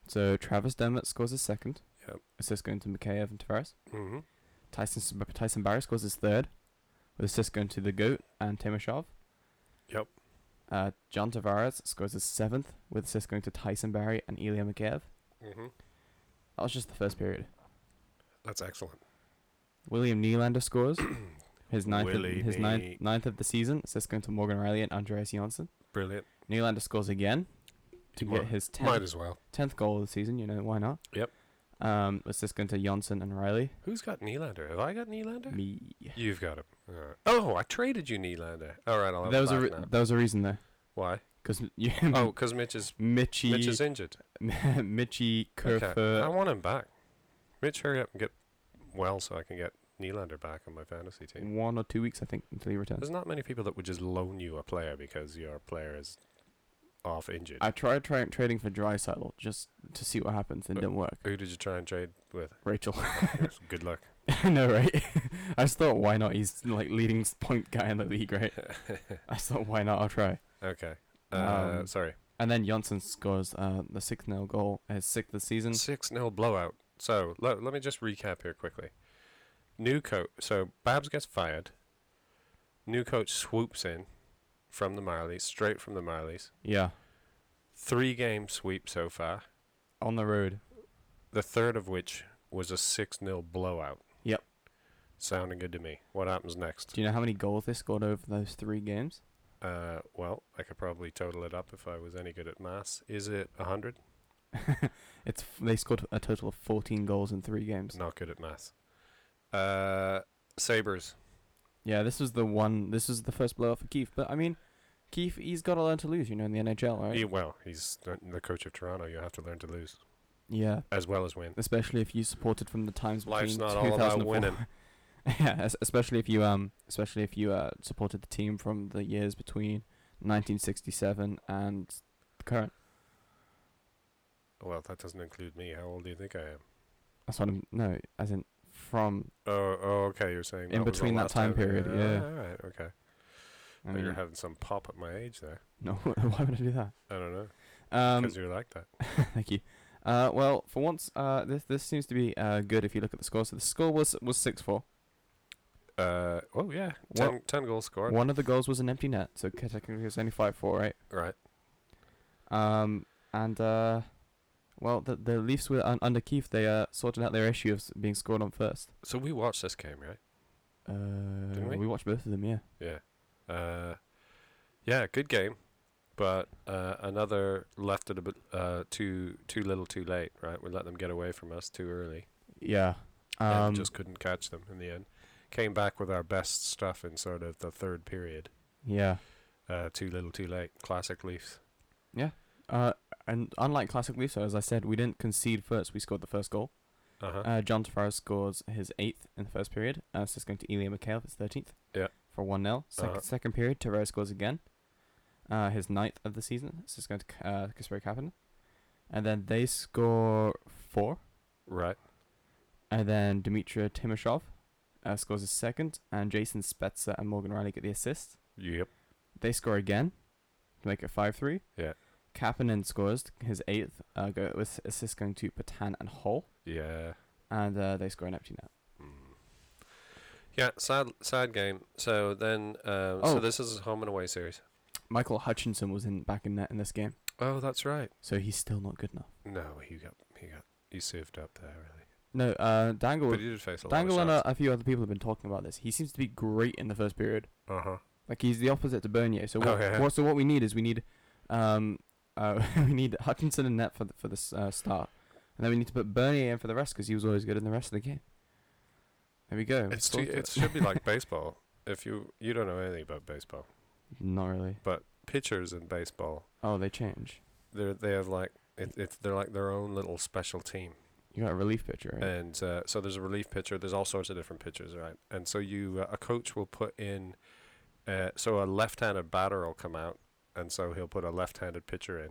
S3: So Travis Dermott scores his second.
S2: Yep.
S3: Assist going to McKayev and Tavares.
S2: Mm-hmm.
S3: Tyson Tyson Barry scores his third, with assist going to the goat and Timoshov.
S2: Yep.
S3: Uh, John Tavares scores his seventh, with assist going to Tyson Barry and Ilya Mikheyev.
S2: Mm-hmm.
S3: That was just the first period.
S2: That's excellent.
S3: William Nylander scores his ninth
S2: Willie
S3: of, his
S2: Nee.
S3: ninth, ninth of the season. Assist going to Morgan Riley and Andreas Janssen.
S2: Brilliant.
S3: Nylander scores again to
S2: Well,
S3: get his
S2: Might
S3: tenth,
S2: as well.
S3: tenth goal of the season. You know why not?
S2: Yep.
S3: Um, assist going to Janssen and Riley.
S2: Who's got Nylander? Have I got Nylander?
S3: Me.
S2: You've got him. All right. Oh, I traded you Nylander. All right, I'll have
S3: There was a
S2: him
S3: re-
S2: back now.
S3: there was a reason though,
S2: Why?
S3: because you
S2: Oh, because Mitch is
S3: Mitchy
S2: Mitch is injured.
S3: Mitchy
S2: Okay, I
S3: Kerfer.
S2: want him back. Mitch, hurry up and get well so I can get Nylander back on my fantasy team.
S3: One or two weeks, I think, until he returns.
S2: There's not many people that would just loan you a player because your player is off injured.
S3: I tried trying trading for Drysaddle just to see what happens and
S2: Uh,
S3: didn't work.
S2: Who did you try and trade with?
S3: Rachel,
S2: Yes, Good luck.
S3: I know, right? I just thought, why not? He's like leading s- point guy in the league, right? I just thought, why not? I'll try.
S2: okay. Uh,
S3: Um,
S2: sorry.
S3: And then Johnson scores uh, the sixth nil goal, his sixth this season.
S2: 6 0 blowout. So le- let me just recap here quickly. New coach. So Babs gets fired. New coach swoops in from the Marlies, straight from the Marlies.
S3: Yeah,
S2: Three game sweep so far.
S3: on the road.
S2: the third of which was a 6 0 blowout.
S3: Yep.
S2: Sounding good to me. What happens next?
S3: Do you know how many goals they scored over those three games?
S2: Uh, well, I could probably total it up if I was any good at maths. Is it 100?
S3: It's f- they scored a total of 14 goals in three games.
S2: Not good at maths. Uh, Sabres.
S3: Yeah, this was the one. This was the first blowout for Keith. But I mean, Keith, he's got to learn to lose, you know, in the NHL, right?
S2: He, well, he's the- the coach of Toronto. You have to learn to lose
S3: Yeah,
S2: as well as win.
S3: especially if you supported from the times between
S2: Life's not all
S3: 2004.
S2: about winning.
S3: yeah, es- especially if you um, especially if you uh supported the team from the years between 1967 and the current.
S2: Well, that doesn't include me. How old do you think I am?
S3: That's what I'm. No, as in from.
S2: Oh, oh okay. You're saying that
S3: In
S2: was the
S3: between that
S2: last
S3: time period, yeah.
S2: all right. Okay.
S3: I
S2: Thought you were
S3: mean,
S2: having some pop at my age there.
S3: no, why would I do that?
S2: I don't know.
S3: Um,
S2: Because you're like that.
S3: Thank you. Uh, well, for once, uh, this this seems to be uh good if you look at the score. So the score was was six four.
S2: Uh, oh yeah,
S3: Well-
S2: 10, 10 goals scored.
S3: One of the goals was an empty net, so technically it was only five four, right?
S2: Right.
S3: Um, and uh, well, the the Leafs were un- under Keith. They uh sorted out their issue of s- being scored on first.
S2: So we watched this game, right?
S3: Uh,
S2: we?
S3: we? watched both of them. Yeah,
S2: Yeah. Uh, yeah, good game, but uh, another left it a bit uh, too too little, too late. Right, we let them get away from us too early,
S3: yeah. Um,
S2: and just couldn't catch them in the end. Came back with our best stuff in sort of the third period.
S3: yeah.
S2: Uh, too little, too late. Classic Leafs.
S3: Uh, and unlike classic Leafs, so as I said, we didn't concede first. We scored the first goal.
S2: Uh-huh.
S3: Uh, John Tavares scores his eighth in the first period. Uh, so it's going to Ilya Mikhail for his 13th.
S2: Yeah.
S3: For 1 0. 2nd
S2: Uh-huh.
S3: second period, Tavares scores again. Uh, his ninth of the season. So it's going to K- uh, Kasperi Kapanen. And then they score four.
S2: Right.
S3: And then Dmitry Timoshov uh, scores his second. And Jason Spezza and Morgan Riley get the assist.
S2: Yep.
S3: They score again to make it 5 3.
S2: Yeah.
S3: Kapanen scores his eighth uh, go with assist going to Patan and Hall.
S2: Yeah.
S3: And uh, they score an empty net.
S2: Mm. Yeah. Sad. Sad game. So then. Um, So
S3: Oh.
S2: this is a home and away series.
S3: Michael Hutchinson was in back in net in this game,
S2: Oh, that's right.
S3: so he's still not good enough.
S2: No, he got he got he served up there really.
S3: No, uh, Dangle,
S2: but he did face a lot of
S3: Dangle, and a,
S2: shots.
S3: a few other people have been talking about this. He seems to be great in the first period.
S2: Uh huh.
S3: Like he's the opposite to Bernier. So what?
S2: Oh, yeah.
S3: what so what we need is we need, um, uh, we need Hutchinson and net for the, for the s- uh, start, and then we need to put Bernier in for the rest because he was always good in the rest of the game. There we go.
S2: It's too,
S3: Sorted.
S2: it should be like baseball. If you you don't know anything about baseball,
S3: not really.
S2: but pitchers in baseball,
S3: Oh, they change.
S2: they're they have like it, it's they're like their own little special team.
S3: You got a relief pitcher. Right?
S2: And uh, so there's a relief pitcher. There's all sorts of different pitchers, right? And so you uh, a coach will put in. Uh, so a left-handed batter will come out, and so he'll put a left-handed pitcher in,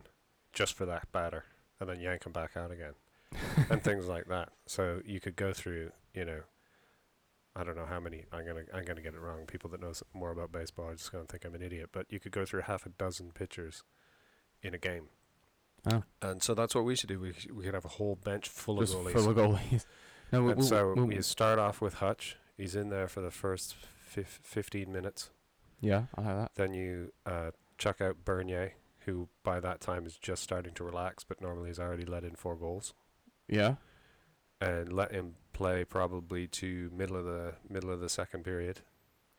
S2: just for that batter, and then yank him back out again. and things like that. So you could go through, you know, I don't know how many. I'm gonna I'm gonna get it wrong. People that know s- more about baseball are just gonna think I'm an idiot. But you could go through half a dozen pitchers in a game.
S3: Oh.
S2: And so that's what we should do. We, sh- we could have a whole bench full
S3: Just
S2: of goalies.
S3: full of goalies. No, we,
S2: and
S3: we,
S2: so
S3: we-
S2: you start off with Hutch. He's in there for the first fif- 15 minutes.
S3: yeah, I like that.
S2: Then you uh, chuck out Bernier, who by that time is just starting to relax, but normally has already let in four goals.
S3: Yeah.
S2: and let him play probably to middle of the middle of the second period,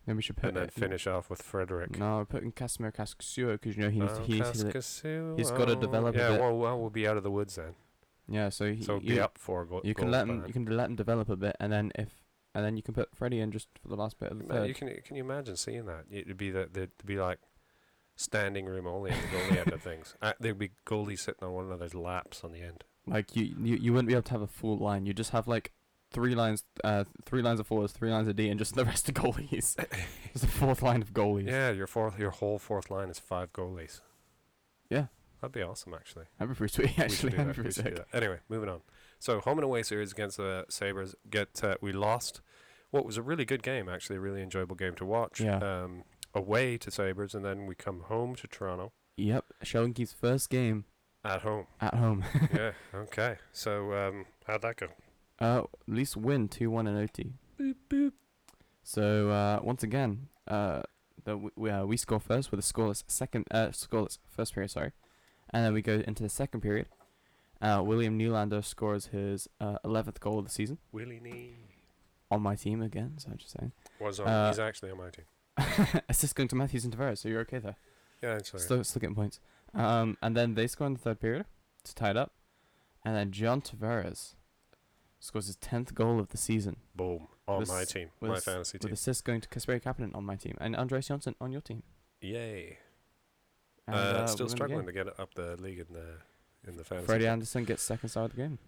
S3: Then we should put
S2: and then
S3: it-
S2: finish off with Frederick.
S3: uh, No, put in Casimir Cascasuo because you know he needs to
S2: Oh,
S3: he needs to,
S2: Kaskasuo.
S3: he's gotta develop a
S2: Yeah,
S3: bit.
S2: well, well, we'll be out of the woods then,
S3: yeah. So, he,
S2: so we'll
S3: you,
S2: be up four go-
S3: you can
S2: goals
S3: let him
S2: behind.
S3: you can let him develop a bit, and then if and then you can put Freddie in just for the last bit of the
S2: Ma- You
S3: third.
S2: can can you imagine seeing that? It'd be that they'd be like standing room only at the goalie end of things. Uh, there'd be goalies sitting on one another's laps on the end.
S3: Like you, you you wouldn't be able to have a full line. You just have like three lines, uh, three lines of forwards, three lines of D, and just the rest of goalies. just a fourth line of goalies.
S2: Yeah, your fourth, your whole fourth line is five goalies.
S3: Yeah.
S2: that'd be awesome actually.
S3: That'd be pretty sweet. Actually,
S2: we should do that.
S3: that'd be
S2: we
S3: pretty
S2: should do
S3: sick.
S2: that. Anyway, moving on. So home and away series against the Sabers get uh, we lost. What was a really good game, actually, a really enjoyable game to watch.
S3: Yeah.
S2: Um, away to Sabers, and then we come home to Toronto
S3: Yep, Sheldonke's first game
S2: at home.
S3: at home.
S2: yeah. Okay. So um, how'd that go?
S3: Uh, at least win 2 1 in OT.
S2: Boop boop.
S3: So, uh, once again, uh, the, w- we, uh, we score first with a scoreless second, uh, scoreless first period, sorry. And then we go into the second period. Uh, William Nylander scores his uh, 11th goal of the season
S2: Willie Nee
S3: on my team again, so I'm just
S2: was on.
S3: Uh,
S2: he's actually on my team.
S3: saying. Assist going to Matthews and Tavares, so you're okay there.
S2: Yeah, I'm sorry.
S3: Still, still getting points. Um, and then they score in the third period to tie it up. And then John Tavares scores his 10th goal of the season.
S2: Boom on
S3: This
S2: my team,
S3: with
S2: my
S3: s-
S2: fantasy
S3: with
S2: team.
S3: assists going to Kasperi Kapanen on my team and Andreas Johnson on your team.
S2: Yay. Uh, still
S3: And, we win the game.
S2: struggling to get it up the league in the in the fantasy.
S3: Freddie
S2: team.
S3: Anderson gets second star of the game.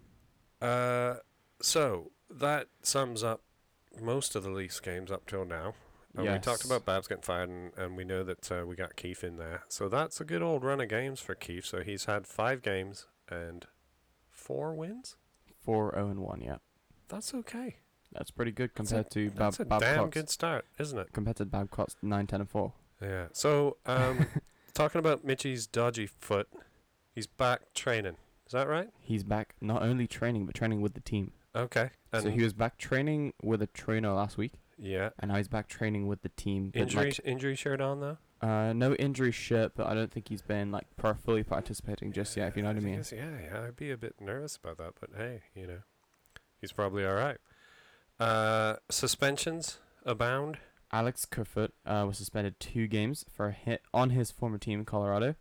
S2: Uh, so that sums up most of the Leafs games up till now. And Oh, We talked
S3: Yes.
S2: about Babs getting fired, and, and we know that uh, we got Keefe in there. So that's a good old run of games for Keefe. So he's had five games and four wins.
S3: four zero and one. Yeah,
S2: That's okay.
S3: that's pretty good
S2: That's
S3: compared to Bab-
S2: that's a damn
S3: Babcock's
S2: good start, isn't it?
S3: compared to Babcock's nine ten and four.
S2: Yeah. So um, talking about Mitchie's dodgy foot, he's back training. Is that right?
S3: He's back not only training but training with the team.
S2: Okay. And
S3: so he was back training with a trainer last week,
S2: yeah.
S3: and now he's back training with the team. but,
S2: Injury
S3: like,
S2: injury shirt on though.
S3: uh, no injury shirt, but I don't think he's been like pro- fully participating just yet. If you know what I
S2: think
S3: mean.
S2: it's- Yeah, yeah, I'd be a bit nervous about that, but hey, you know, he's probably all right. Uh, suspensions abound.
S3: Alex Kerfoot uh, was suspended two games for a hit on his former team, Colorado.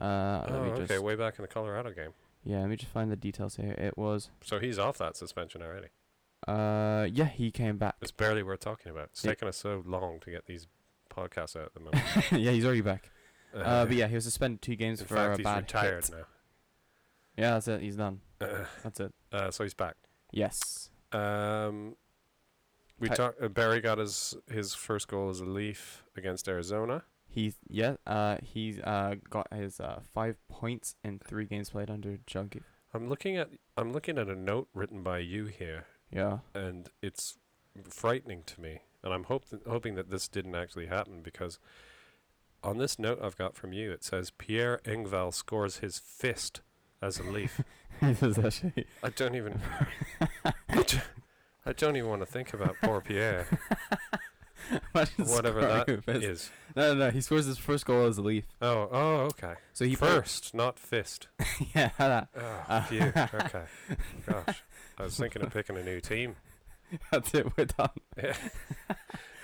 S3: Uh,
S2: oh,
S3: let me
S2: okay,
S3: just,
S2: way back in the Colorado game,
S3: yeah, let me just find the details here. It was,
S2: so he's off that suspension already.
S3: uh, yeah, he came back.
S2: It's barely worth talking about. It's
S3: Yeah.
S2: taken us so long to get these podcasts out at the moment.
S3: yeah, he's already back. Uh, but yeah, he was suspended two games
S2: in
S3: for
S2: fact,
S3: a
S2: he's
S3: bad
S2: retired
S3: hit. Yeah, that's it. He's done.
S2: now.
S3: That's it.
S2: uh, so he's back.
S3: Yes.
S2: Um, we
S3: Ti-
S2: talked. Uh, Barry got his his first goal as a Leaf against Arizona.
S3: He yeah. Uh, he's uh got his uh five points in three games played under Junkie.
S2: I'm looking at I'm looking at a note written by you here.
S3: Yeah.
S2: and it's frightening to me. And I'm hope hoping that this didn't actually happen because on this note I've got from you, it says Pierre Engvall scores his fist as a leaf.
S3: this is actually.
S2: I don't even. I ju- I don't even want to think about poor Pierre.
S3: Imagine
S2: Whatever
S3: scoring
S2: that
S3: with his-
S2: Is
S3: No, no, no. He scores his first goal as a Leaf.
S2: oh oh okay.
S3: So he played-
S2: First, not fist.
S3: yeah. that-
S2: Oh,
S3: Uh,
S2: phew. Okay. Gosh, I was thinking of picking a new team.
S3: That's it. We're done.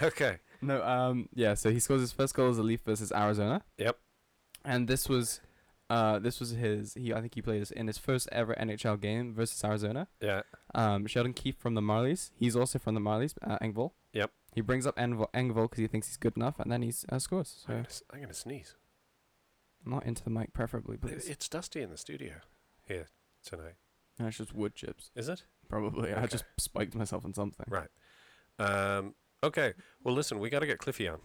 S2: Okay.
S3: No. Um. Yeah. So he scores his first goal as a Leaf versus Arizona.
S2: Yep.
S3: And this was, uh, this was his. He I think he played this in his first ever NHL game versus Arizona.
S2: Yeah.
S3: Um, Sheldon Keefe from the Marlies. He's also from the Marlies, uh, Engvall.
S2: Yep.
S3: He brings up Engvall because he thinks he's good enough, and then he uh, scores.
S2: I'm
S3: So
S2: gonna, s- I'm gonna sneeze.
S3: not into the mic, preferably,
S2: I-
S3: please.
S2: It's dusty in the studio here tonight,
S3: That's just wood chips,
S2: is it?
S3: probably. I
S2: Okay.
S3: just spiked myself on something.
S2: Right. Um, okay. Well, listen, we got to get Cliffy on.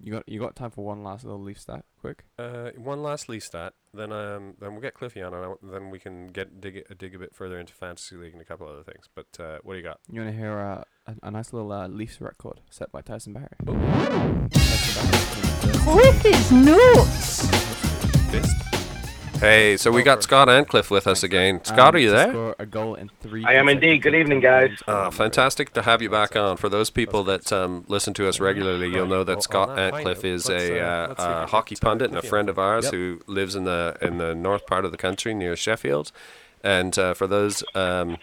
S3: You got you got time for one last little leaf stat, quick.
S2: Uh, one last Lee stat, then um, then we'll get Cliffy on, and I w- then we can get dig a dig a bit further into fantasy league and a couple other things. But uh, what do you got?
S3: You want to hear uh, a, a nice little uh, Leafs record set by Tyson Barry?
S4: Cliffy's notes.
S2: Fist. Hey, so we got Scott and Cliff with us again. Scott, are you there?
S3: Um, Score a goal in three.
S5: I am indeed. Good evening, guys.
S2: Ah, fantastic to have you back on. For those people that um, listen to us regularly, you'll know that Scott Antcliffe is a uh, uh, hockey pundit and a friend of ours who lives in the in the north part of the country near Sheffield, And uh, for those um,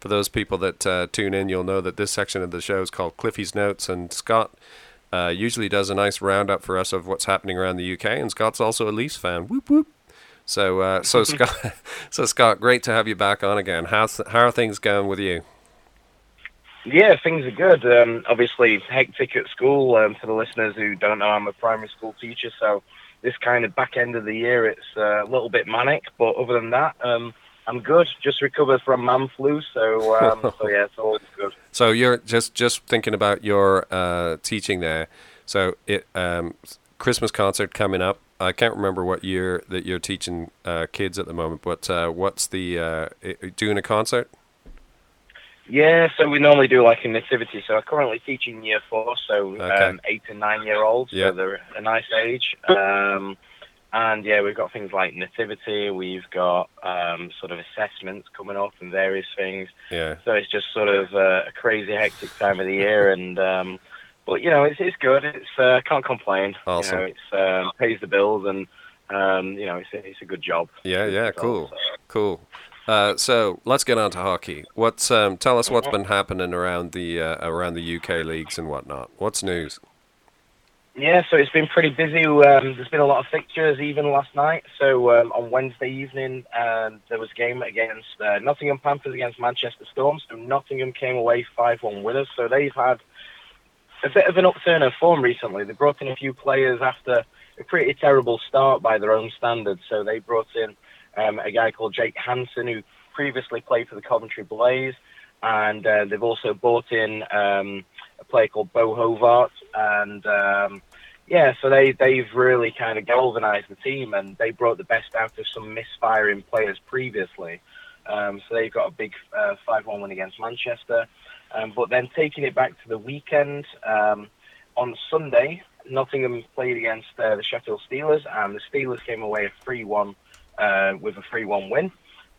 S2: for those people that uh, tune in, you'll know that this section of the show is called Cliffy's Notes, and Scott uh, usually does a nice roundup for us of what's happening around the UK. And Scott's also a Leafs fan. Whoop whoop. So uh, so Scott so Scott, great to have you back on again. How's how are things going with you?
S5: Yeah, things are good. Um, obviously, hectic at school um, for the listeners who don't know. I'm a primary school teacher, so this kind of back end of the year, it's uh, a little bit manic. But other than that, um, I'm good. Just recovered from man flu, so um, so yeah, it's all good.
S2: So you're just just thinking about your uh, teaching there. So it um, s- Christmas concert coming up. I can't remember what year that you're teaching uh, kids at the moment, but uh, what's the uh, i- doing a concert?
S5: Yeah, so we normally do like a nativity. So I'm currently teaching year four, so
S2: Okay.
S5: um, eight and nine year olds.
S2: Yeah.
S5: So they're a nice age. Um, and yeah, we've got things like nativity. We've got um, sort of assessments coming up and various things.
S2: Yeah,
S5: So it's just sort of uh, a crazy, hectic time of the year, and um, but you know it's it's good. It's uh, can't complain.
S2: Awesome.
S5: You know, it's um, pays the bills, and um, you know it's a- it's a good job.
S2: yeah, yeah.
S5: So-
S2: Cool, cool. Uh, so let's get on to hockey. What's um, tell us what's been happening around the uh, around the UK leagues and whatnot? What's news?
S5: Yeah, so it's been pretty busy. Um, there's been a lot of fixtures even last night. So um, on Wednesday evening, um, there was a game against uh, Nottingham Panthers against Manchester Storm. So Nottingham came away 5-1 winners. So they've had a bit of an upturn of form recently. They brought in a few players after a pretty terrible start by their own standards. So they brought in um, a guy called Jake Hansen, who previously played for the Coventry Blaze. And uh, they've also bought in um, a player called Bo Hovart. And... Um, yeah, so they they've really kind of galvanised the team, and they brought the best out of some misfiring players previously. Um, so they've got a big five-one win against Manchester, um, but then taking it back to the weekend um, on Sunday, Nottingham played against uh, the Sheffield Steelers, and the Steelers came away a three-one uh, with a three-one win.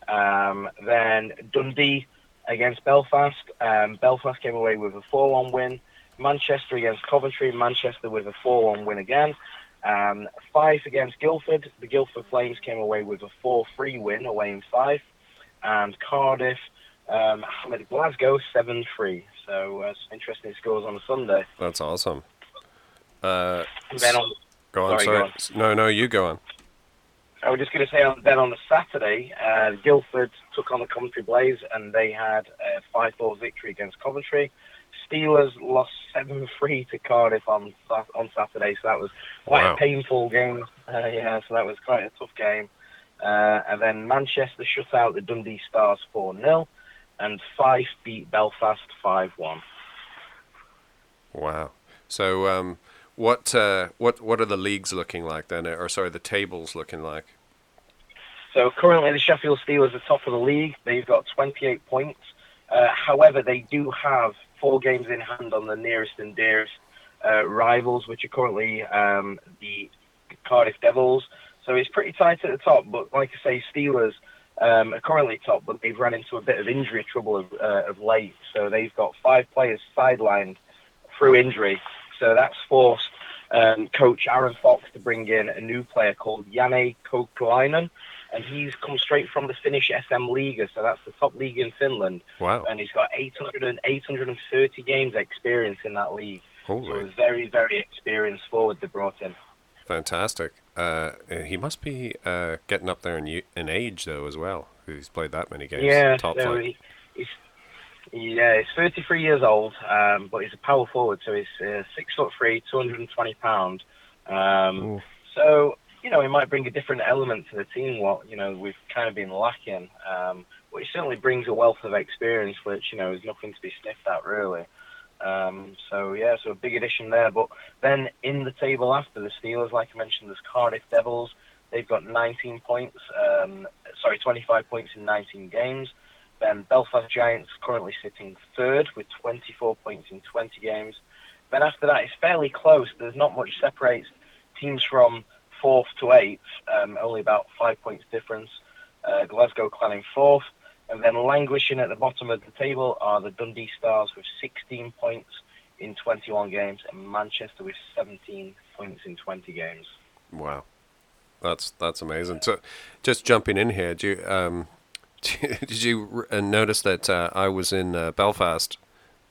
S5: Um, then Dundee against Belfast, um, Belfast came away with a four-one win. Manchester against Coventry. Manchester with a 4-1 win again. Um, Fife against Guildford. The Guildford Flames came away with a 4-3 win away in Fife. And Cardiff, um, Hammered Glasgow 7-3. So uh, some interesting scores on Sunday.
S2: That's awesome. Uh,
S5: And then on,
S2: go on.
S5: Sorry, go
S2: Sorry.
S5: on.
S2: No, no, you go on.
S5: I was just going to say on, then on the Saturday, uh, Guildford took on the Coventry Blaze and they had a 5-4 victory against Coventry. Steelers lost 7-3 to Cardiff on Sa- on Saturday, so that was quite
S2: Wow.
S5: a painful game. Uh, yeah, so that was quite a tough game. Uh, and then Manchester shut out the Dundee Stars 4-0 and Fife beat Belfast 5-1.
S2: Wow. So, um, what uh, what what are the leagues looking like then, or sorry, the tables looking like?
S5: So currently, the Sheffield Steelers are top of the league. They've got 28 points. Uh, however, they do have four games in hand on the nearest and dearest uh, rivals, which are currently um, the Cardiff Devils. So it's pretty tight at the top. But like I say, Steelers um, are currently top, but they've run into a bit of injury trouble of, uh, of late. So they've got five players sidelined through injury. So that's forced um, coach Aaron Fox to bring in a new player called Janne Kokolainen and he's come straight from the Finnish SM Liga, so that's the top league in Finland,
S2: Wow.
S5: and he's got 800 and 830 games experience in that league. So
S2: Holy.
S5: a very, very experienced forward they brought in.
S2: Fantastic. Uh, he must be uh, getting up there in, ye- in age though as well. He's played that many games.
S5: yeah,
S2: Top
S5: so
S2: flight.
S5: he, he's yeah, he's 33 years old, um, but he's a power forward, so he's uh, six foot three, 220 pound. Um,
S3: Ooh.
S5: So, you know, he might bring a different element to the team, what, you know, we've kind of been lacking. Um, but he certainly brings a wealth of experience, which, you know, is nothing to be sniffed at, really. Um, so, yeah, so a big addition there. But then in the table after the Steelers, like I mentioned, there's Cardiff Devils. They've got 19 points, um, sorry, 25 points in 19 games. Then Belfast Giants currently sitting third with 24 points in 20 games. Then after that, it's fairly close. There's not much separates teams from fourth to eighth, um, only about five points difference. Uh, Glasgow climbing fourth, and then languishing at the bottom of the table are the Dundee Stars with 16 points in 21 games, and Manchester with 17 points in 20 games.
S2: Wow. That's that's amazing. So, just jumping in here, do you, um, Did you r- uh, notice that uh, I was in uh, Belfast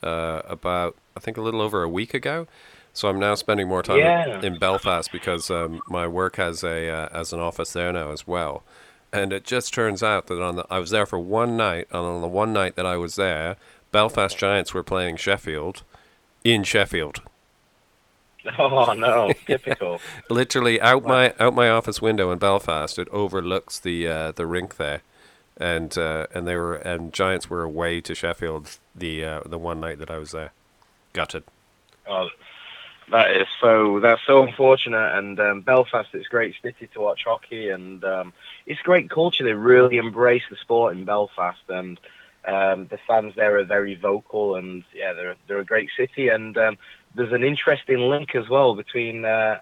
S2: uh, about, I think, a little over a week ago? So I'm now spending more time
S5: Yeah.
S2: in Belfast because um, my work has a uh, as an office there now as well. And it just turns out that on the I was there for one night, and on the one night that I was there, Belfast Giants were playing Sheffield in Sheffield.
S5: Oh no, typical.
S2: literally out my out my office window in Belfast. It overlooks the uh, the rink there, and uh, and they were and Giants were away to Sheffield the uh, the one night that I was there. Gutted.
S5: Oh, that is so. That's so unfortunate. And um, Belfast, it's a great city to watch hockey, and um, it's a great culture. They really embrace the sport in Belfast, and um, the fans there are very vocal. And yeah, they're they're a great city. And um, there's an interesting link as well between. Uh,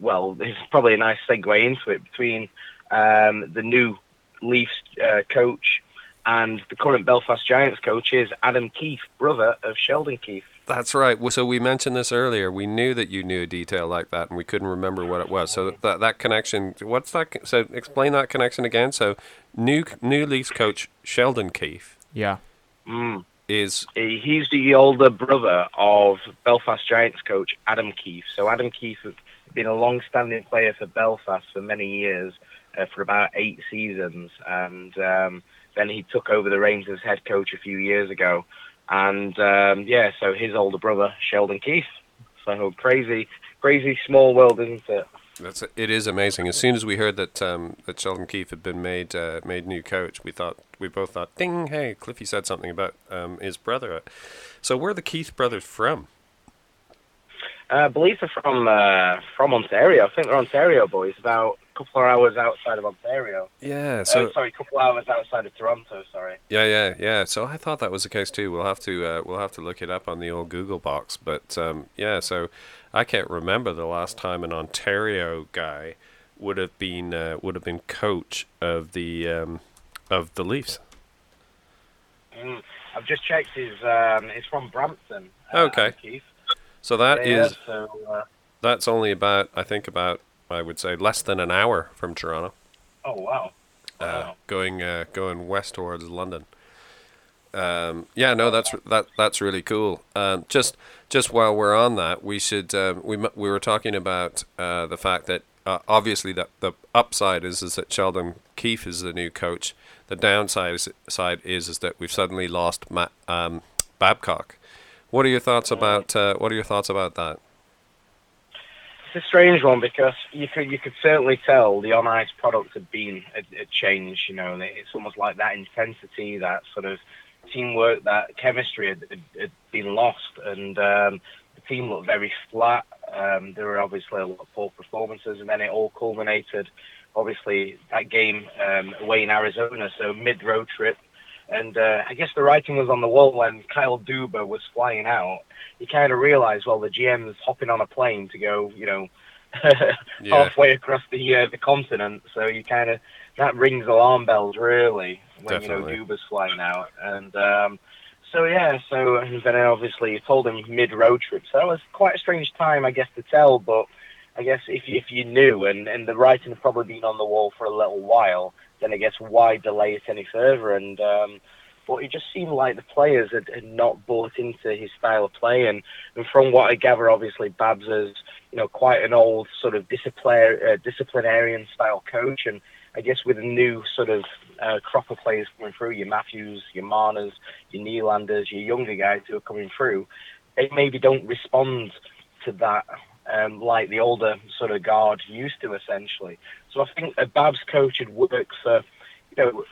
S5: well, it's probably a nice segue into it between um, the new Leafs uh, coach and the current Belfast Giants coach is Adam Keefe, brother of Sheldon Keefe.
S2: That's right. Well, So we mentioned this earlier. We knew that you knew a detail like that, and we couldn't remember what it was. So that that connection. What's that? con- So explain that connection again. So new new Leafs coach Sheldon Keefe
S3: Yeah.
S5: Mm.
S2: is
S5: Uh, he's the older brother of Belfast Giants coach Adam Keefe. So Adam Keefe has been a long-standing player for Belfast for many years, uh, for about eight seasons, and um, then he took over the reins as head coach a few years ago. And um, yeah, so his older brother Sheldon Keefe. So crazy, crazy small world, isn't it?
S2: That's it is amazing. As soon as we heard that um, that Sheldon Keefe had been made uh, made new coach, we thought we both thought, "Ding! Hey, Cliffy said something about um, his brother." So where are the Keith brothers from?
S5: Uh, I believe they're from uh, from Ontario. I think they're Ontario boys, about a couple of hours outside of Ontario.
S2: Yeah.
S5: uh, sorry, a couple of hours outside of Toronto. Sorry.
S2: Yeah, yeah, yeah. So I thought that was the case too. We'll have to uh, we'll have to look it up on the old Google box. But um, yeah, so I can't remember the last time an Ontario guy would have been uh, would have been coach of the um, of the Leafs.
S5: Mm. I've just checked. His um, it's from Brampton. uh,
S2: Okay.
S5: Keith.
S2: So that is.
S5: yeah, so. Uh,
S2: That's only about, I think, about I would say less than an hour from Toronto,
S5: oh wow.
S2: uh,
S5: Wow.
S2: going uh, going west towards London. Um, yeah, no, that's that that's really cool. Um, just just while we're on that, we should um, we mu- we were talking about uh, the fact that uh, obviously that the upside is is that Sheldon Keefe is the new coach. The downside is, side is is that we've suddenly lost Matt um, Babcock. What are your thoughts about uh, what are your thoughts about that?
S5: It's a strange one because you could you could certainly tell the on ice product had been a, a change. You know, and it- it's almost like that intensity, that sort of teamwork, that chemistry had, had, had been lost, and um, the team looked very flat. Um, there were obviously a lot of poor performances, and then it all culminated, obviously, that game um, away in Arizona. So mid road trip. And uh, I guess the writing was on the wall when Kyle Duba was flying out you kind of realise, well, the GM's hopping on a plane to go, you know,
S2: Yeah.
S5: halfway across the uh, the continent. So you kind of that rings alarm bells really when
S2: Definitely.
S5: you know Uber's flying out, and um, so yeah, so and then I obviously told him mid road trip. So that was quite a strange time, I guess, to tell, but. I guess if if you knew and, and the writing had probably been on the wall for a little while, then I guess why delay it any further? And um, but it just seemed like the players had, had not bought into his style of play, and, and from what I gather, obviously Babs is you know quite an old sort of disciplinar- uh, disciplinarian style coach, and I guess with a new sort of uh, crop of players coming through, your Matthews, your Marners, your Nylanders, your younger guys who are coming through, they maybe don't respond to that um, like the older sort of guard used to, essentially. So I think a Babs coach had worked for, you know,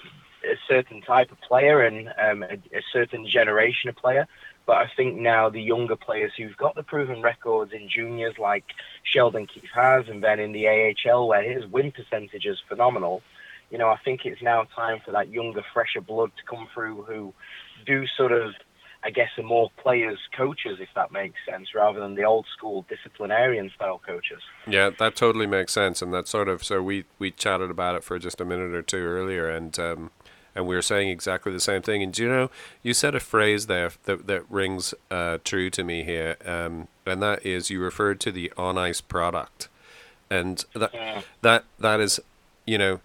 S5: a certain type of player and um, a, a certain generation of player. But I think now the younger players who've got the proven records in juniors, like Sheldon Keith has, and then in the AHL where his win percentage is phenomenal, you know, I think it's now time for that younger, fresher blood to come through who do sort of, I guess, are more players' coaches, if that makes sense, rather than the old school disciplinarian style coaches.
S2: Yeah, that totally makes sense, and that's sort of so we we chatted about it for just a minute or two earlier, and um, and we were saying exactly the same thing. And do you know, you said a phrase there that that rings uh, true to me here, um, and that is you referred to the on ice product, and that that that is, you know,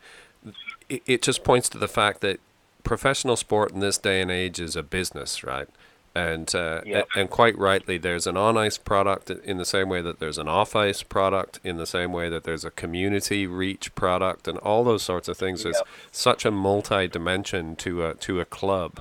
S2: it, it just points to the fact that professional sport in this day and age is a business, right? And uh,
S5: Yeah.
S2: a- and quite rightly, there's an on ice product in the same way that there's an off ice product, in the same way that there's a community reach product, and all those sorts of things. There's such a multi dimension to a to a club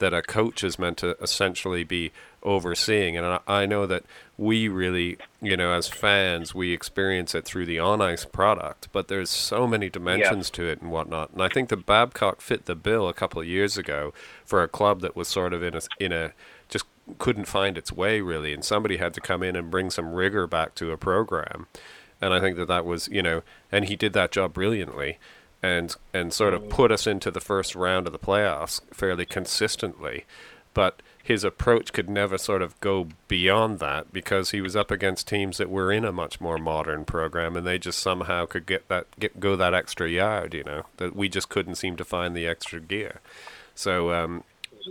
S2: that a coach is meant to essentially be overseeing. And I, I know that we really, you know, as fans, we experience it through the on ice product, but there's so many dimensions to it and whatnot. And I think the Babcock fit the bill a couple of years ago for a club that was sort of in a in a just couldn't find its way really, and somebody had to come in and bring some rigor back to a program. And I think that that was, you know, and he did that job brilliantly and and sort of put us into the first round of the playoffs fairly consistently. But his approach could never sort of go beyond that because he was up against teams that were in a much more modern program, and they just somehow could get that get go that extra yard. You know that we just couldn't seem to find the extra gear. So um,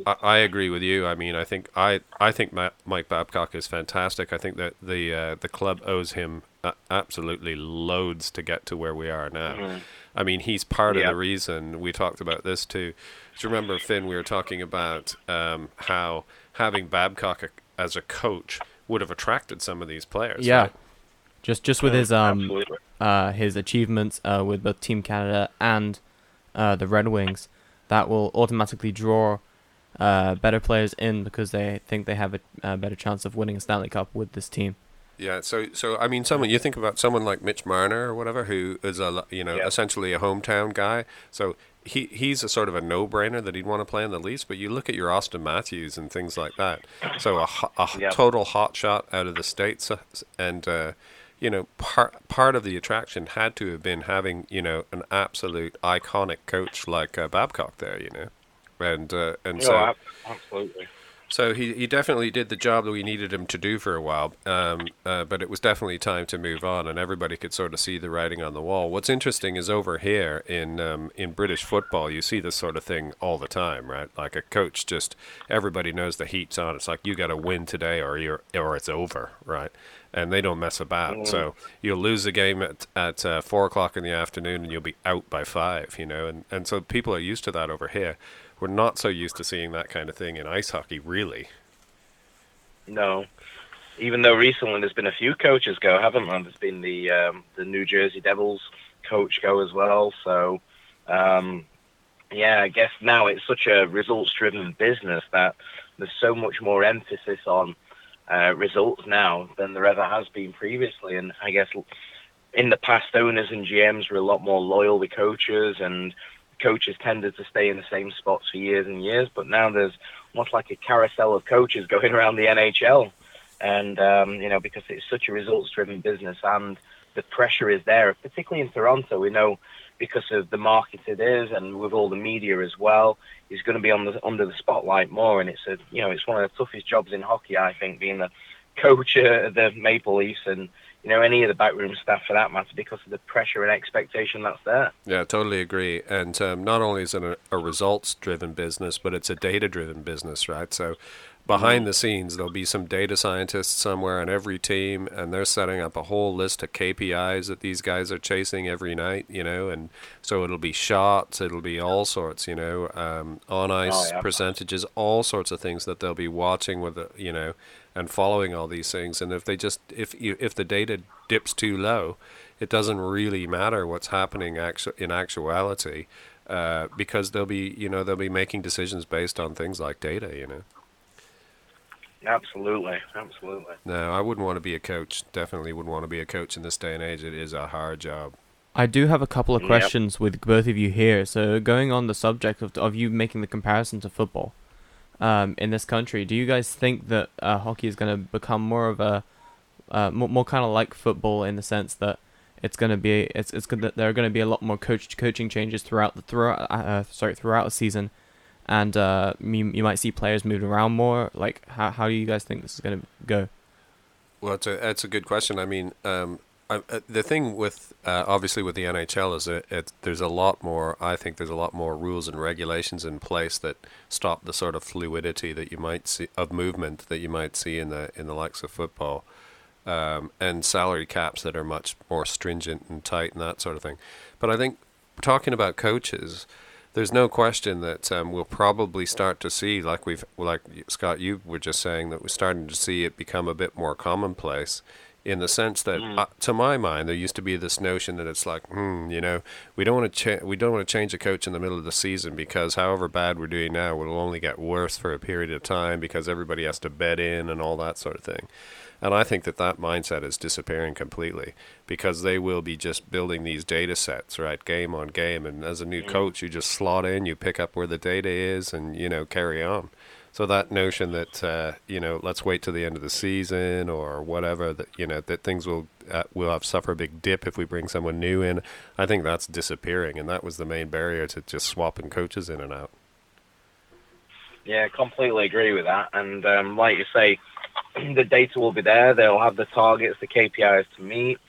S2: I, I agree with you. I mean, I think I I think Ma- Mike Babcock is fantastic. I think that the uh, the club owes him uh, absolutely loads to get to where we are now. I mean, he's part of
S5: Yeah.
S2: the reason we talked about this too. Do you remember Finn? We were talking about um, how having Babcock a, as a coach would have attracted some of these players.
S3: yeah.
S2: right?
S3: Just just with his um
S5: Absolutely.
S3: uh his achievements uh with both Team Canada and uh the Red Wings, that will automatically draw uh better players in because they think they have a, a better chance of winning a Stanley Cup with this team.
S2: Yeah, so so I mean, someone you think about someone like Mitch Marner or whatever, who is a lo- you know
S5: Yeah.
S2: essentially a hometown guy. So he he's a sort of a no-brainer that he'd want to play in the Leafs. But you look at your Austin Matthews and things like that. So a, ho- a
S5: Yeah.
S2: total hot shot out of the states, uh, s- and uh, you know part part of the attraction had to have been having you know an absolute iconic coach like uh, Babcock there, you know, and uh, and so
S5: No, Oh, ab- absolutely.
S2: so he, he definitely did the job that we needed him to do for a while, um, uh, but it was definitely time to move on, and everybody could sort of see the writing on the wall. What's interesting is over here in um, in British football, you see this sort of thing all the time, right? Like a coach just everybody knows the heat's on. It's like you got to win today, or you're or it's over, right? And they don't mess about. So you'll lose the game at at uh, four o'clock in the afternoon, and you'll be out by five, you know. And and so people are used to that over here we're not so used to seeing that kind of thing in ice hockey, really.
S5: No. Even though recently there's been a few coaches go, haven't there? There's been the um, the New Jersey Devils coach go as well. So, um, yeah, I guess now it's such a results-driven business that there's so much more emphasis on uh, results now than there ever has been previously. And I guess in the past, owners and GMs were a lot more loyal to coaches, and coaches tended to stay in the same spots for years and years. But now there's almost like a carousel of coaches going around the NHL. And, um, you know, because it's such a results driven business and the pressure is there, particularly in Toronto. We know because of the market it is and with all the media as well, he's going to be on the, under the spotlight more. And it's a, you know, it's one of the toughest jobs in hockey, I think, being the coach uh, of the Maple Leafs and, you know, any of the backroom staff for that matter, because of the pressure and expectation that's there.
S2: Yeah, totally agree. And um, not only is it a, a results driven business, but it's a data driven business, right? So behind the scenes, there'll be some data scientists somewhere on every team, and they're setting up a whole list of KPIs that these guys are chasing every night, you know. And so it'll be shots, it'll be all sorts, you know, um, on ice
S5: yeah.
S2: percentages, all sorts of things that they'll be watching with, the- you know, and following all these things. And if they just, if you, if the data dips too low, it doesn't really matter what's happening actu- in actuality uh, because they'll be you know they'll be making decisions based on things like data you know
S5: Absolutely. Absolutely.
S2: no i wouldn't want to be a coach definitely wouldn't want to be a coach in this day and age it is a hard job
S3: I do have a couple of
S5: Yep.
S3: questions with both of you here. So going on the subject of of you making the comparison to football, um, in this country, do you guys think that uh, hockey is going to become more of a uh, more, more kind of like football in the sense that it's going to be it's it's gonna, there are going to be a lot more coach coaching changes throughout the throughout uh, uh, sorry throughout the season, and uh, you, you might see players moved around more. Like how how do you guys think this is going to go?
S2: Well, it's a that's a good question. I mean, um, I, uh, the thing with uh, obviously with the NHL is that it, there's a lot more. I think there's a lot more rules and regulations in place that stop the sort of fluidity that you might see of movement that you might see in the in the likes of football, um, and salary caps that are much more stringent and tight and that sort of thing. But I think talking about coaches, there's no question that um, we'll probably start to see, like we've, like y- Scott, you were just saying that we're starting to see it become a bit more commonplace. In the sense that, uh, to my mind, there used to be this notion that it's like, hmm, you know, we don't want to cha- we don't want to change a coach in the middle of the season because however bad we're doing now, will only get worse for a period of time because everybody has to bet in and all that sort of thing. And I think that that mindset is disappearing completely because they will be just building these data sets, right, game on game. And as a new coach, you just slot in, you pick up where the data is, and you know carry on. So that notion that uh, you know let's wait till the end of the season or whatever that you know that things will uh, will have suffer a big dip if we bring someone new in, I think that's disappearing, and that was the main barrier to just swapping coaches in and out.
S5: Yeah, completely agree with that. And um, like you say, the data will be there. They'll have the targets, the KPIs to meet,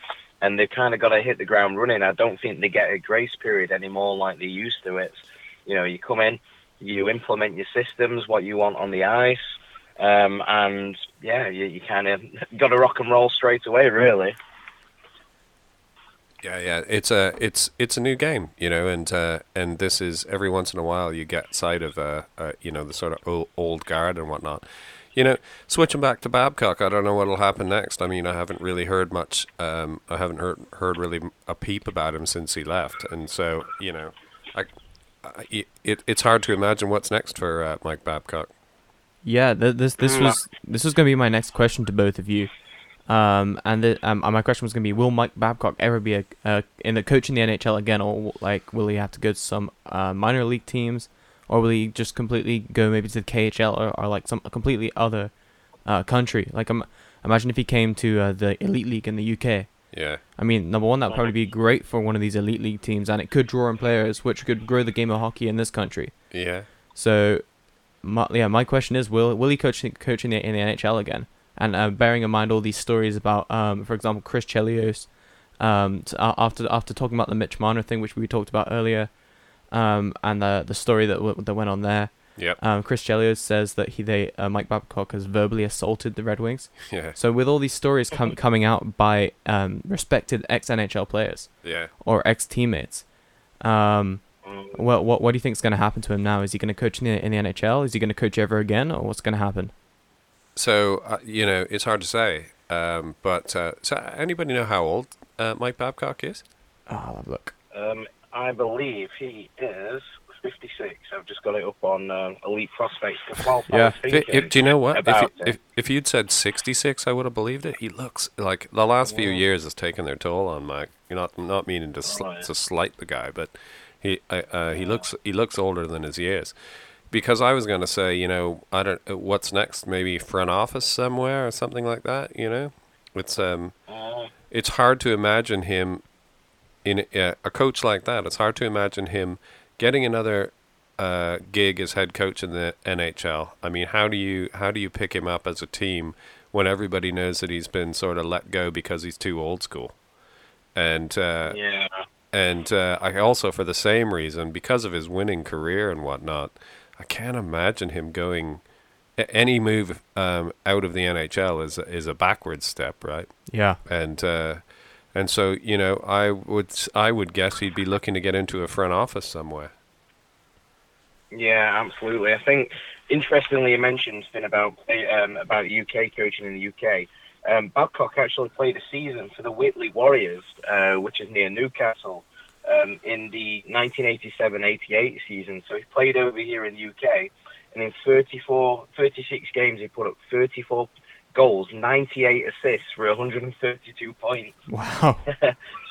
S5: and they've kind of got to hit the ground running. I don't think they get a grace period anymore like they used to. It's you know, you come in, you implement your systems, what you want on the ice, um, and yeah, you, you kind of got to rock and roll straight away, really.
S2: Yeah, yeah, it's a it's it's a new game, you know, and uh, and this is every once in a while you get sight of uh, uh you know the sort of old, old guard and whatnot. You know, switching back to Babcock, I don't know what'll happen next. I mean, I haven't really heard much. Um, I haven't heard heard really a peep about him since he left, and so you know, I, I it it's hard to imagine what's next for uh, Mike Babcock.
S3: Yeah, th- this this was this was going to be my next question to both of you, um, and the, um, and my question was going to be: Will Mike Babcock ever be a, a in the coach in the NHL again, or w- like will he have to go to some uh, minor league teams, or will he just completely go maybe to the KHL or, or like some a completely other uh, country? Like um, imagine if he came to uh, the elite league in the UK.
S2: Yeah,
S3: I mean, number one, that would probably be great for one of these elite league teams, and it could draw in players, which could grow the game of hockey in this country.
S2: yeah.
S3: So, my, yeah, my question is, will will he coach coach in the, in the NHL again? And uh, bearing in mind all these stories about, um, for example, Chris Chelios, um, t- a- after after talking about the Mitch Marner thing, which we talked about earlier, um, and the the story that w- that went on there,
S2: Yep.
S3: um, Chris Chelios says that he they uh, Mike Babcock has verbally assaulted the Red Wings.
S2: Yeah.
S3: So with all these stories com- coming out by um, respected ex NHL players
S2: Yeah.
S3: or ex teammates. Um, what what what do you think is going to happen to him now? Is he going to coach in the, in the NHL? Is he going to coach ever again, or what's going to happen?
S2: So uh, you know, it's hard to say. Um, but uh, so anybody know how old uh, Mike Babcock is?
S3: Ah, I'll have a look.
S5: Um, I believe he is 56. I've just got it up on um, Elite Prospects. 'cause whilst I was
S2: If,
S5: thinking
S2: if- do you know what? If, you,
S5: about it-
S2: if if you'd said 66, I would have believed it. He looks like the last few years has taken their toll on Mike. You're not not meaning to sl-
S5: Oh, yeah.
S2: to slight the guy, but he I- uh, he looks he looks older than his years. Because I was going to say, you know, I don't uh, what's next, maybe front office somewhere or something like that, you know. It's um it's hard to imagine him in uh, a coach like that. It's hard to imagine him getting another uh, gig as head coach in the NHL. I mean, how do you how do you pick him up as a team when everybody knows that he's been sort of let go because he's too old school? And uh,
S5: yeah.
S2: and uh, I also, for the same reason, because of his winning career and whatnot, I can't imagine him going. a- Any move um, out of the NHL is is a backwards step, right?
S3: Yeah,
S2: and uh, and so you know I would I would guess he'd be looking to get into a front office somewhere.
S5: Yeah, absolutely. I think interestingly, you mentioned Finn about um, about UK coaching in the UK. Um, Babcock actually played a season for the Whitley Warriors, uh, which is near Newcastle, um, in the 1987-88 season. So he played over here in the UK, and in 34, 36 games, he put up 34 goals, 98 assists for 132 points.
S3: wow.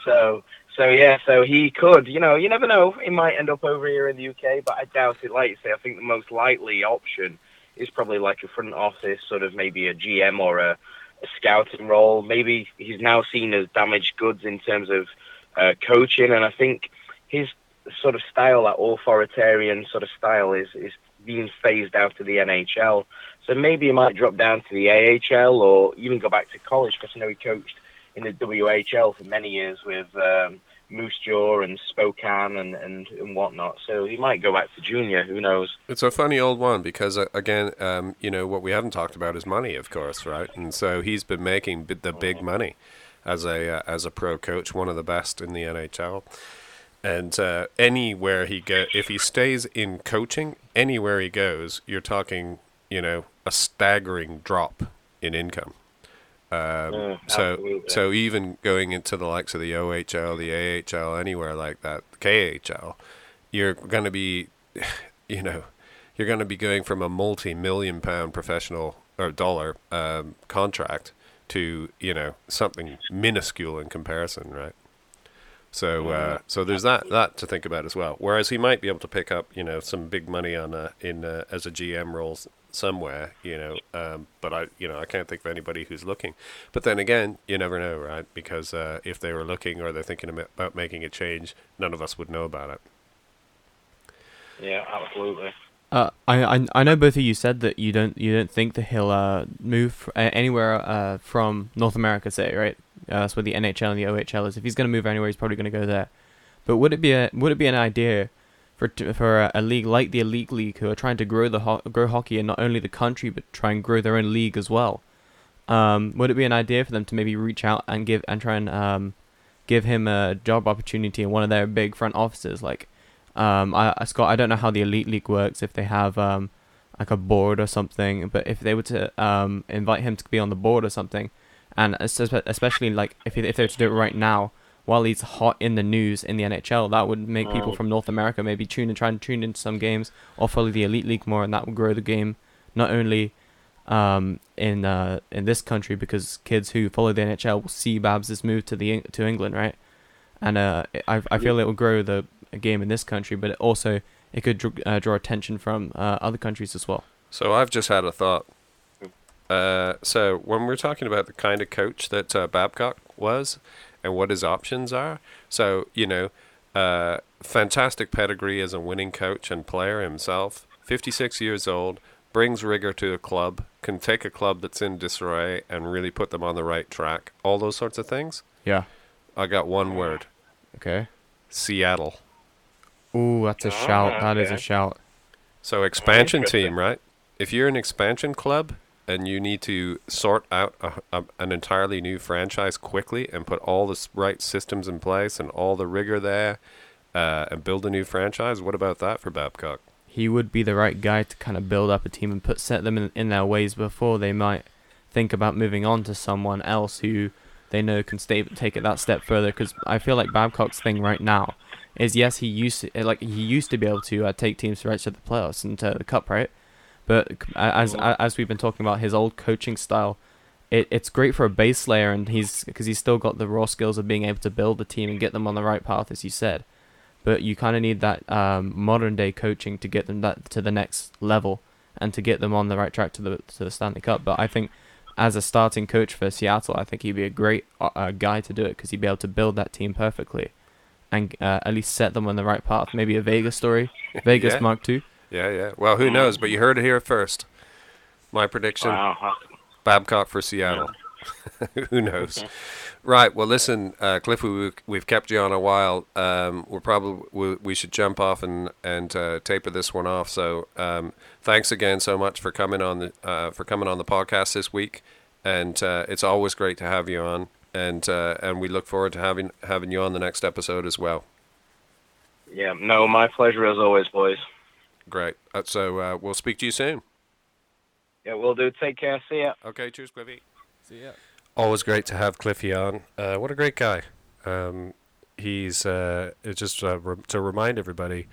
S5: So, so yeah, so he could. You know, you never know. He might end up over here in the UK, but I doubt it. Like you say, I think the most likely option is probably like a front office, sort of maybe a GM or a, a scouting role. Maybe he's now seen as damaged goods in terms of uh, coaching, and I think his sort of style, that authoritarian sort of style, is is being phased out of the NHL. So maybe he might drop down to the AHL or even go back to college because I know he coached in the WHL for many years with um, Moose Jaw and Spokane and, and, and whatnot. So he might go back to junior. Who knows?
S2: It's a funny old one because uh, again, um, you know what we haven't talked about is money, of course, right? And so he's been making Mm-hmm. b- the big money as a uh, as a pro coach, one of the best in the NHL. And uh, anywhere he go, if he stays in coaching, anywhere he goes, you're talking, you know, a staggering drop in income. Um,
S5: Mm,
S2: so,
S5: absolutely.
S2: so even going into the likes of the OHL, the AHL, anywhere like that, KHL, you're going to be, you know, you're going to be going from a multi-million pound professional or dollar um, contract to you know something minuscule in comparison, right? So, uh, so there's that that to think about as well. Whereas he might be able to pick up, you know, some big money on a, in uh as a GM role s- somewhere, you know. Um, but I, you know, I can't think of anybody who's looking. But then again, you never know, right? Because uh, if they were looking or they're thinking ama- about making a change, none of us would know about it.
S5: Yeah, absolutely.
S3: Uh, I, I I know both of you said that you don't you don't think that he'll uh move fr- a- anywhere uh from North America, say right? Uh, that's where the NHL and the OHL is. If he's gonna move anywhere, he's probably gonna go there. But would it be a would it be an idea for t- for a, a league like the Elite League, who are trying to grow the ho- grow hockey in not only the country but try and grow their own league as well? Um, would it be an idea for them to maybe reach out and give and try and um give him a job opportunity in one of their big front offices, like? Um, I, I Scott, I don't know how the elite league works. If they have um, like a board or something, but if they were to um invite him to be on the board or something, and es- espe- especially like if he- if they were to do it right now while he's hot in the news in the NHL, that would make people from North America maybe tune and try and tune into some games or follow the elite league more, and that would grow the game not only um in uh in this country because kids who follow the NHL will see Babs' move to the Eng- to England, right? and uh, I, I feel it will grow the game in this country, but it also it could dr- uh, draw attention from uh, other countries as well.
S2: So I've just had a thought. Uh, so when we're talking about the kind of coach that uh, Babcock was, and what his options are, so you know, uh, fantastic pedigree as a winning coach and player himself. Fifty-six years old, brings rigor to a club, can take a club that's in disarray and really put them on the right track. All those sorts of things.
S3: Yeah.
S2: I got one word:
S3: Okay.
S2: Seattle.
S3: Ooh, that's a shout. That is a
S5: okay.
S3: shout.
S2: So expansion
S5: Oh, Interesting.
S2: team, right? If you're an expansion club and you need to sort out a, a, an entirely new franchise quickly and put all the s- right systems in place and all the rigor there uh, and build a new franchise, what about that for Babcock?
S3: He would be the right guy to kind of build up a team and put set them in, in their ways before they might think about moving on to someone else who they know can stay take it that step further. Because I feel like Babcock's thing right now is yes, he used to, like he used to be able to uh, take teams right to the playoffs and to the cup, right? But c- a- as a- as we've been talking about his old coaching style, it, it's great for a base layer, and he's because he's still got the raw skills of being able to build the team and get them on the right path, as you said. But you kind of need that um, modern day coaching to get them that to the next level and to get them on the right track to the to the Stanley Cup. But I think as a starting coach for Seattle, I think he'd be a great uh, uh, guy to do it because he'd be able to build that team perfectly and uh, at least set them on the right path. Maybe a Vegas story, Vegas
S2: Yeah.
S3: Mark II.
S2: Yeah, yeah. Well, who knows? But you heard it here first. My prediction:
S5: Hmm. Wow.
S2: Babcock for Seattle. Who knows? Right. Well, listen, uh, Cliff, we, we've kept you on a while. Um, we're probably we, we should jump off and and uh, taper this one off. So um, thanks again so much for coming on the uh, for coming on the podcast this week, and uh, it's always great to have you on. And uh, and we look forward to having having you on the next episode as well.
S5: Yeah, no, my pleasure as always, boys.
S2: Great. Uh, so uh, we'll speak to you soon.
S5: Yeah, we'll do. Take care. See ya.
S2: Okay. Cheers, Cliffy.
S3: See ya.
S2: always great to have Cliffy on. Uh, what a great guy. Um, he's uh, it's just uh, re- to remind everybody.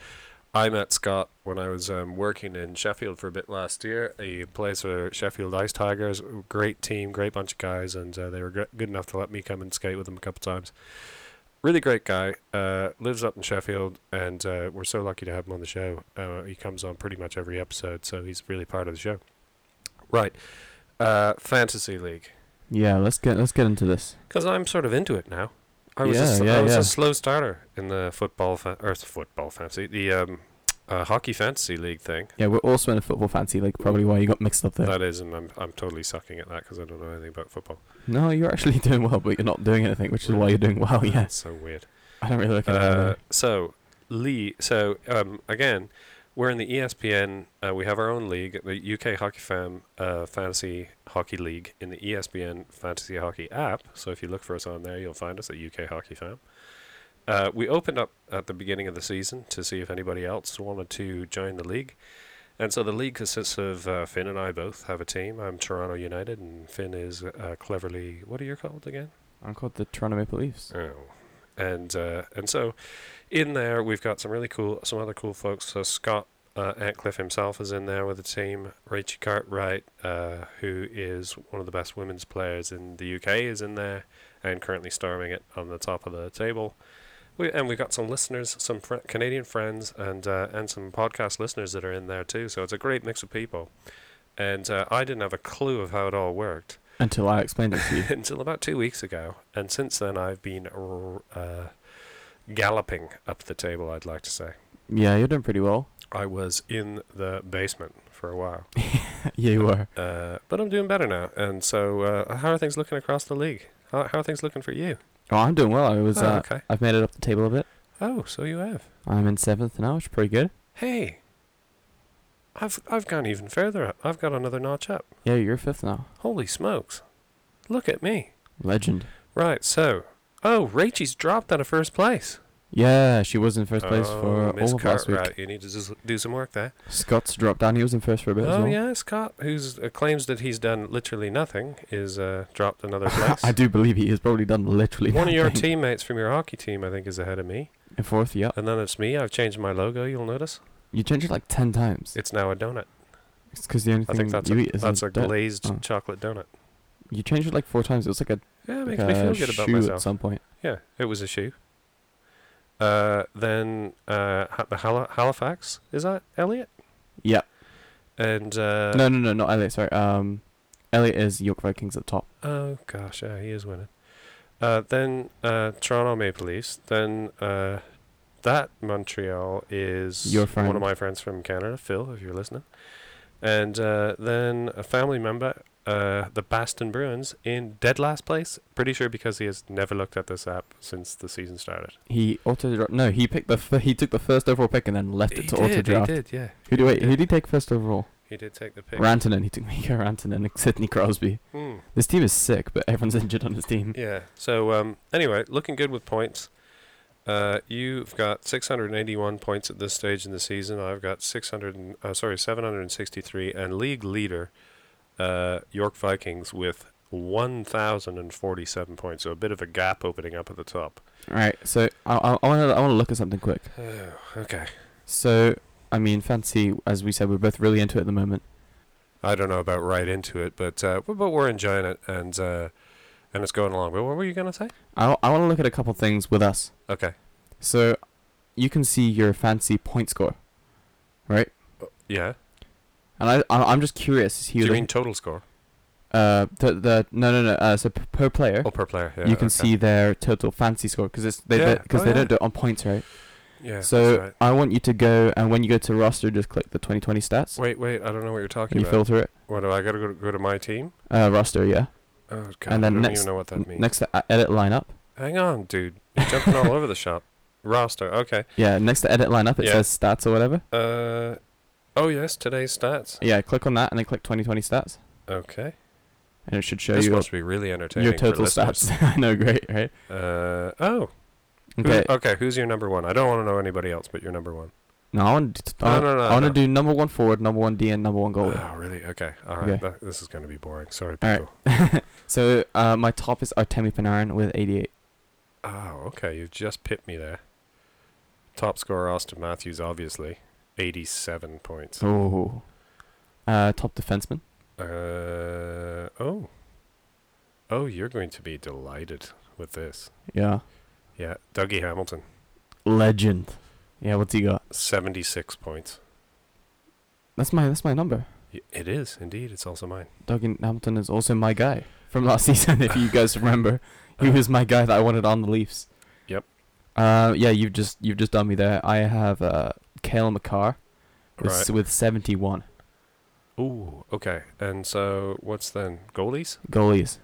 S2: I met Scott when I was um, working in Sheffield for a bit last year. He plays for Sheffield Ice Tigers. Great team, great bunch of guys, and uh, they were gr- good enough to let me come and skate with them a couple times. Really great guy. Uh, lives up in Sheffield, and uh, we're so lucky to have him on the show. Uh, he comes on pretty much every episode, so he's really part of the show. Right, uh, fantasy league.
S3: Yeah, let's get let's get into this.
S2: Because I'm sort of into it now. I was, a,
S3: Yeah,
S2: sl- I
S3: yeah,
S2: was
S3: yeah.
S2: a slow starter in the football fa- or football fantasy, the um, uh, hockey fantasy league thing.
S3: Yeah, we're also in a football fancy league. Probably why you got mixed up there.
S2: That is, and I'm I'm totally sucking at that because I don't know anything about football.
S3: No, you're actually doing well, but you're not doing anything, which is why you're doing well. Yes,
S2: That's so weird.
S3: I don't really look at it.
S2: Uh,
S3: either.
S2: so Lee, so um, again, we're in the ESPN. Uh, we have our own league, the UK Hockey Fam uh, Fantasy Hockey League, in the E ESPN Fantasy Hockey app. So if you look for us on there, you'll find us at UK Hockey Fam. Uh, we opened up at the beginning of the season to see if anybody else wanted to join the league. And so the league consists of uh, Finn and I both have a team. I'm Toronto United, and Finn is uh, cleverly. What are you called again?
S3: I'm called the Toronto Maple Leafs.
S2: Oh. And uh, and so in there we've got some really cool some other cool folks. So Scott uh, Antcliffe himself is in there with the team. Rachie Cartwright, uh, who is one of the best women's players in the UK, is in there and currently storming it on the top of the table. We, and we've got some listeners, some fr- Canadian friends, and uh, and some podcast listeners that are in there too. So it's a great mix of people. And uh, I didn't have a clue of how it all worked
S3: Until I explained it to you.
S2: until about two weeks ago, and since then I've been r- uh, galloping up the table. I'd like to say
S3: yeah, you're doing pretty well.
S2: I was in the basement for a while,
S3: yeah, you were.
S2: uh, but I'm doing better now. And so, uh, how are things looking across the league? How, how are things looking for you?
S3: Oh, I'm doing well. I was.
S2: Oh,
S3: uh,
S2: okay.
S3: I've made it up the table a bit.
S2: Oh, so you have.
S3: I'm in seventh now, which is pretty good.
S2: Hey, I've I've gone even further up. I've got another notch up.
S3: Yeah, you're fifth now.
S2: Holy smokes! Look at me.
S3: Legend.
S2: Right. So, oh, Rachie's dropped out of first place.
S3: Yeah, she was in first place
S2: oh,
S3: for
S2: Miss
S3: all of last week.
S2: Cartwright, you need to just do some work there.
S3: Scott's dropped down. He was in first for a bit as
S2: Oh
S3: well.
S2: yeah, Scott, who uh, claims that he's done literally nothing, is uh, dropped another place.
S3: I do believe he has probably done literally
S2: One of your
S3: nothing.
S2: teammates from your hockey team, I think, is ahead of me,
S3: In fourth, yeah.
S2: and then it's me. I've changed my logo. You'll notice
S3: You changed it like ten times.
S2: it's now a donut.
S3: It's because the only
S2: I
S3: thing
S2: think that's
S3: you
S2: a,
S3: eat Mm, is
S2: that's a
S3: donut.
S2: glazed
S3: Oh.
S2: chocolate donut.
S3: You changed it like four times. It was like a,
S2: Yeah, it
S3: like
S2: makes me
S3: a
S2: feel good about
S3: shoe
S2: myself.
S3: at some point.
S2: Yeah, it was a shoe. Uh, then uh, Ha- the Hal- Halifax is that Elliot?
S3: Yeah.
S2: And uh,
S3: no, no, no, not Elliot. Sorry. Um, Elliot is York Vikings at top.
S2: Oh gosh, yeah, he is winning. Uh, then uh, Toronto Maple Leafs. Then uh, that Montreal is
S3: Your
S2: one
S3: friend.
S2: of my friends from Canada, Phil, if you're listening. And uh, then a family member, uh, the Baston Bruins, in dead last place. Pretty sure because he has never looked at this app since the season started.
S3: He auto dra- No, he picked the f- he took the first overall pick and then left it to auto
S2: he
S3: draft.
S2: did, yeah.
S3: Who do wait?
S2: did.
S3: Who did he take first overall?
S2: He did take the pick.
S3: Rantanen. He took Mika Rantanen and Sidney Crosby.
S2: Hmm.
S3: This team is sick, but everyone's injured on his team.
S2: Yeah. So um, anyway, looking good with points. Uh, you've got 681 points at this stage in the season. I've got 600, and, uh, sorry, 763, and league leader, uh, York Vikings with 1,047 points. So a bit of a gap opening up at the top.
S3: All right. So I I, I want to I want to look at something quick.
S2: Oh, okay.
S3: So I mean, fancy as we said, we're both really into it at the moment.
S2: I don't know about right into it, but uh, w- but we're enjoying it and uh, and it's going along. But what were you gonna say?
S3: I I want to look at a couple things with us.
S2: Okay.
S3: So you can see your fancy point score, right?
S2: Yeah.
S3: And I, I I'm just curious. Is he
S2: Do you
S3: look-
S2: mean total score?
S3: uh the the no no no uh, so p- per player
S2: Oh, per player. Yeah,
S3: you can
S2: okay.
S3: see their total fancy score because it's they
S2: Yeah,
S3: because
S2: oh
S3: they
S2: yeah.
S3: don't do it on points right.
S2: Yeah.
S3: so
S2: that's right.
S3: I want you to go and when you go to roster, just click the 2020 stats
S2: Wait, wait. I don't know what you're talking
S3: and you
S2: about.
S3: filter it.
S2: What do I gotta go to, go to my team?
S3: Uh, roster, yeah.
S2: Oh god,
S3: And then
S2: I don't
S3: next-
S2: even know what that means.
S3: Next to uh, edit lineup,
S2: Hang on, dude. You're jumping all over the shop. Roster, okay.
S3: yeah. Next to edit lineup, it
S2: Yeah.
S3: says stats or whatever.
S2: Uh oh yes, today's stats.
S3: Yeah, click on that and then click 2020 stats,
S2: Okay.
S3: and it should show
S2: This
S3: you
S2: must be really entertaining.
S3: your
S2: for
S3: total
S2: listeners.
S3: stats. I know, great, right?
S2: Uh oh. Who-
S3: Okay.
S2: okay, who's your number one? I don't want to know anybody else but your number one.
S3: No, I want to.
S2: No, no, no,
S3: I want
S2: no.
S3: to do number one forward, number one DN, number one goalie.
S2: Oh really? Okay. Alright.
S3: Okay.
S2: That, this is gonna be boring. Sorry
S3: All right.
S2: people.
S3: so uh, my top is Artemi Panarin with 88.
S2: Oh, okay. You've just pipped me there. Top scorer Austin Matthews, obviously. Eighty seven points.
S3: Oh. Uh, top defenseman.
S2: Uh oh. Oh, you're going to be delighted with this.
S3: Yeah.
S2: Yeah, Dougie Hamilton,
S3: Legend. Yeah, what's he got?
S2: 76 points.
S3: That's my that's my number.
S2: Y- It is indeed. It's also mine.
S3: Dougie Hamilton is also my guy from last season, if you guys remember. He was my guy that I wanted on the Leafs.
S2: Yep.
S3: Uh, yeah, you've just you've just done me there. I have uh Kale McCarr with,
S2: Right.
S3: with 71
S2: Ooh, okay. And so what's then? Goalies?
S3: goalies.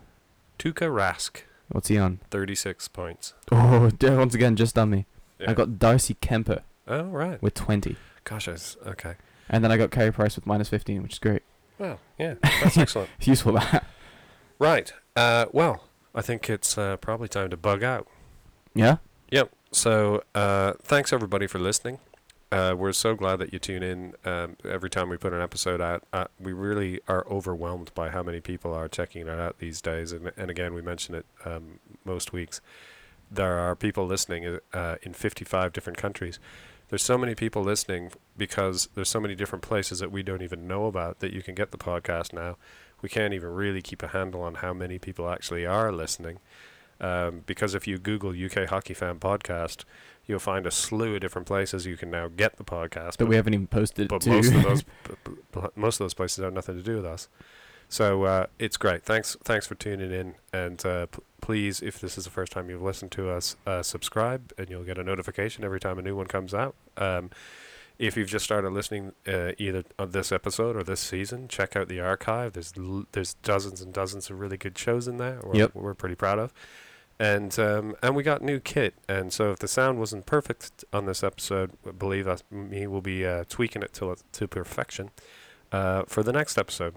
S2: Tuka Rask,
S3: What's he on?
S2: 36 points.
S3: Oh, d- once again, just done me.
S2: Yeah.
S3: I got Darcy Kemper
S2: Oh, right.
S3: with 20,
S2: Gosh, I s okay.
S3: and then I got Carey Price with minus 15, which is great.
S2: Well, yeah, that's excellent.
S3: It's useful that.
S2: Right. Uh, well, I think it's uh, probably time to bug out.
S3: yeah.
S2: Yep. So uh, thanks everybody for listening. Uh, we're so glad that you tune in um, every time we put an episode out. Uh, we really are overwhelmed by how many people are checking it out these days. And, and again, we mention it um, most weeks. There are people listening uh, in 55 different countries. There's so many people listening because there's so many different places that we don't even know about that you can get the podcast now. We can't even really keep a handle on how many people actually are listening um, because if you Google UK Hockey Fan Podcast, you'll find a slew of different places you can now get the podcast.
S3: that we haven't even posted
S2: but
S3: to.
S2: most of those, b- b- b- most of those places have nothing to do with us. So uh, it's great. Thanks, thanks for tuning in, and uh, p- please, if this is the first time you've listened to us, uh, subscribe, and you'll get a notification every time a new one comes out. Um, if you've just started listening, uh, either on this episode or this season, check out the archive. There's l- there's dozens and dozens of really good shows in there. We're,
S3: Yep.
S2: we're pretty proud of, and um, and we got new kit. And so if the sound wasn't perfect on this episode, believe us, me will be uh, tweaking it till it- to perfection uh, for the next episode.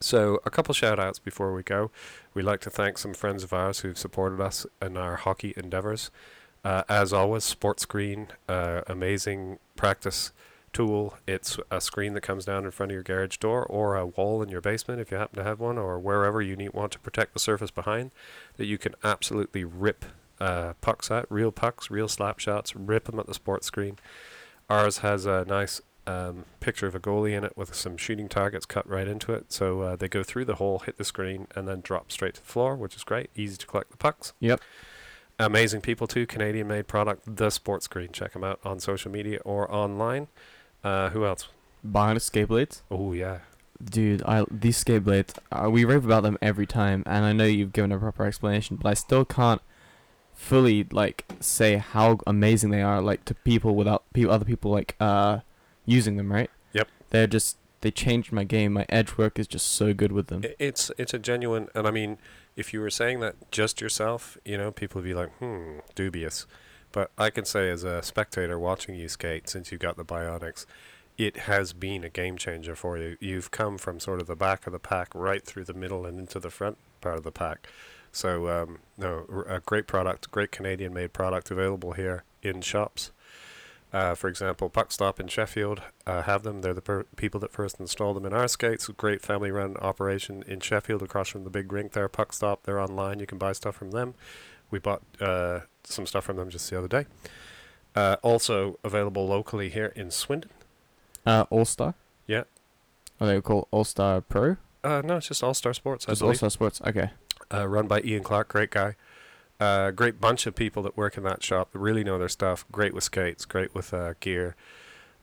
S2: So, a couple shout outs before we go. We'd like to thank some friends of ours who've supported us in our hockey endeavors. Uh, as always, Sports Screen, uh, amazing practice tool. It's a screen that comes down in front of your garage door or a wall in your basement if you happen to have one, or wherever you need, want to protect the surface behind, that you can absolutely rip uh, pucks at, real pucks, real slap shots, rip them at the sports screen. Ours has a nice um, picture of a goalie in it with some shooting targets cut right into it. So uh, they go through the hole, hit the screen, and then drop straight to the floor, which is great. Easy to collect the pucks.
S3: Yep.
S2: Amazing people too. Canadian made product, the Sports Screen. Check them out on social media or online. Uh, who else?
S3: Behind skate blades,
S2: Oh yeah,
S3: dude. I these skate blades. Uh, we rave about them every time, and I know you've given a proper explanation, but I still can't fully like say how amazing they are, like to people without pe- other people like uh using them, right?
S2: Yep.
S3: They're just they changed my game. My edge work is just so good with them.
S2: I- it's it's a genuine. And I mean, if you were saying that just yourself, you know, people would be like, hmm, dubious. But I can say as a spectator watching you skate since you got the bionics, it has been a game changer for you. You've come from sort of the back of the pack right through the middle and into the front part of the pack. So um, no, r- a great product, great Canadian made product available here in shops. Uh, for example, Puckstop in Sheffield uh, have them. They're the per- people that first installed them in our skates. Great family-run operation in Sheffield, across from the big rink there. Puckstop, they're online. You can buy stuff from them. We bought uh, some stuff from them just the other day. Uh, also available locally here in Swindon.
S3: Uh, All Star.
S2: Yeah.
S3: Are they called All Star Pro?
S2: Uh, no, it's just All Star Sports. I
S3: Just All
S2: believe.
S3: Star Sports. Okay.
S2: uh, run by Ian Clark, great guy. Uh, great bunch of people that work in that shop that really know their stuff. Great with skates, great with uh, gear.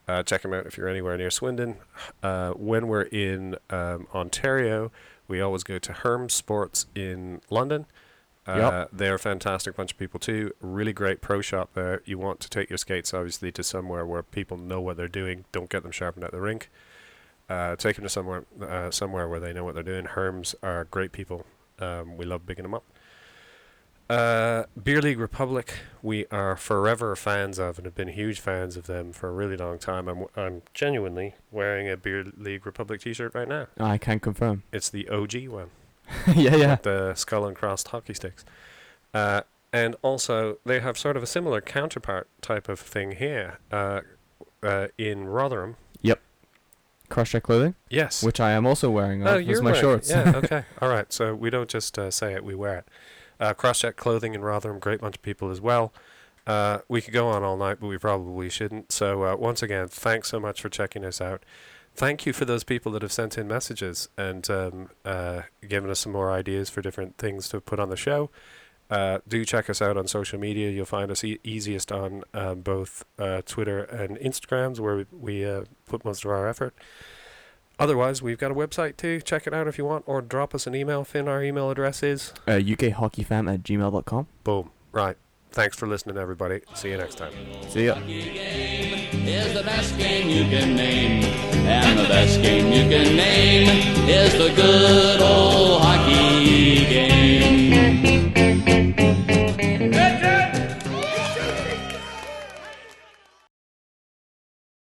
S2: Uh, check them out if you're anywhere near Swindon. Uh, when we're in um, Ontario, we always go to Herm Sports in London. Uh, They're a fantastic bunch of people too. Really great pro shop there. You want to take your skates obviously to somewhere where people know what they're doing. Don't get them sharpened at the rink. Uh, take them to somewhere uh, somewhere where they know what they're doing. Herms are great people. Um, we love bigging them up. Uh, Beer League Republic, we are forever fans of and have been huge fans of them for a really long time. I'm, I'm genuinely wearing a Beer League Republic t shirt right now.
S3: I can confirm.
S2: It's the OG one
S3: yeah, yeah.
S2: the skull and crossed hockey sticks. Uh, and also, they have sort of a similar counterpart type of thing here uh, uh, in Rotherham.
S3: Crush their clothing,
S2: Yes.
S3: which I am also wearing.
S2: oh,
S3: uh,
S2: you're
S3: as my
S2: right.
S3: shorts.
S2: Yeah, okay. All right. So we don't just uh, say it, we wear it. Uh, Crosscheck Clothing in Rotherham, great bunch of people as well. Uh, we could go on all night, but we probably shouldn't. So uh, once again, thanks so much for checking us out. Thank you for those people that have sent in messages and um, uh, given us some more ideas for different things to put on the show. Uh, do check us out on social media. You'll find us e- easiest on um, both uh, Twitter and Instagrams, where we, we uh, put most of our effort. Otherwise, we've got a website too. Check it out if you want, or drop us an email. Finn, our email address is
S3: Uh, UKHockeyFam at gmail.com.
S2: boom. Right. Thanks for listening, everybody. See you next time.
S3: See ya.
S6: is the best game you can name. And the best game you can name is the good.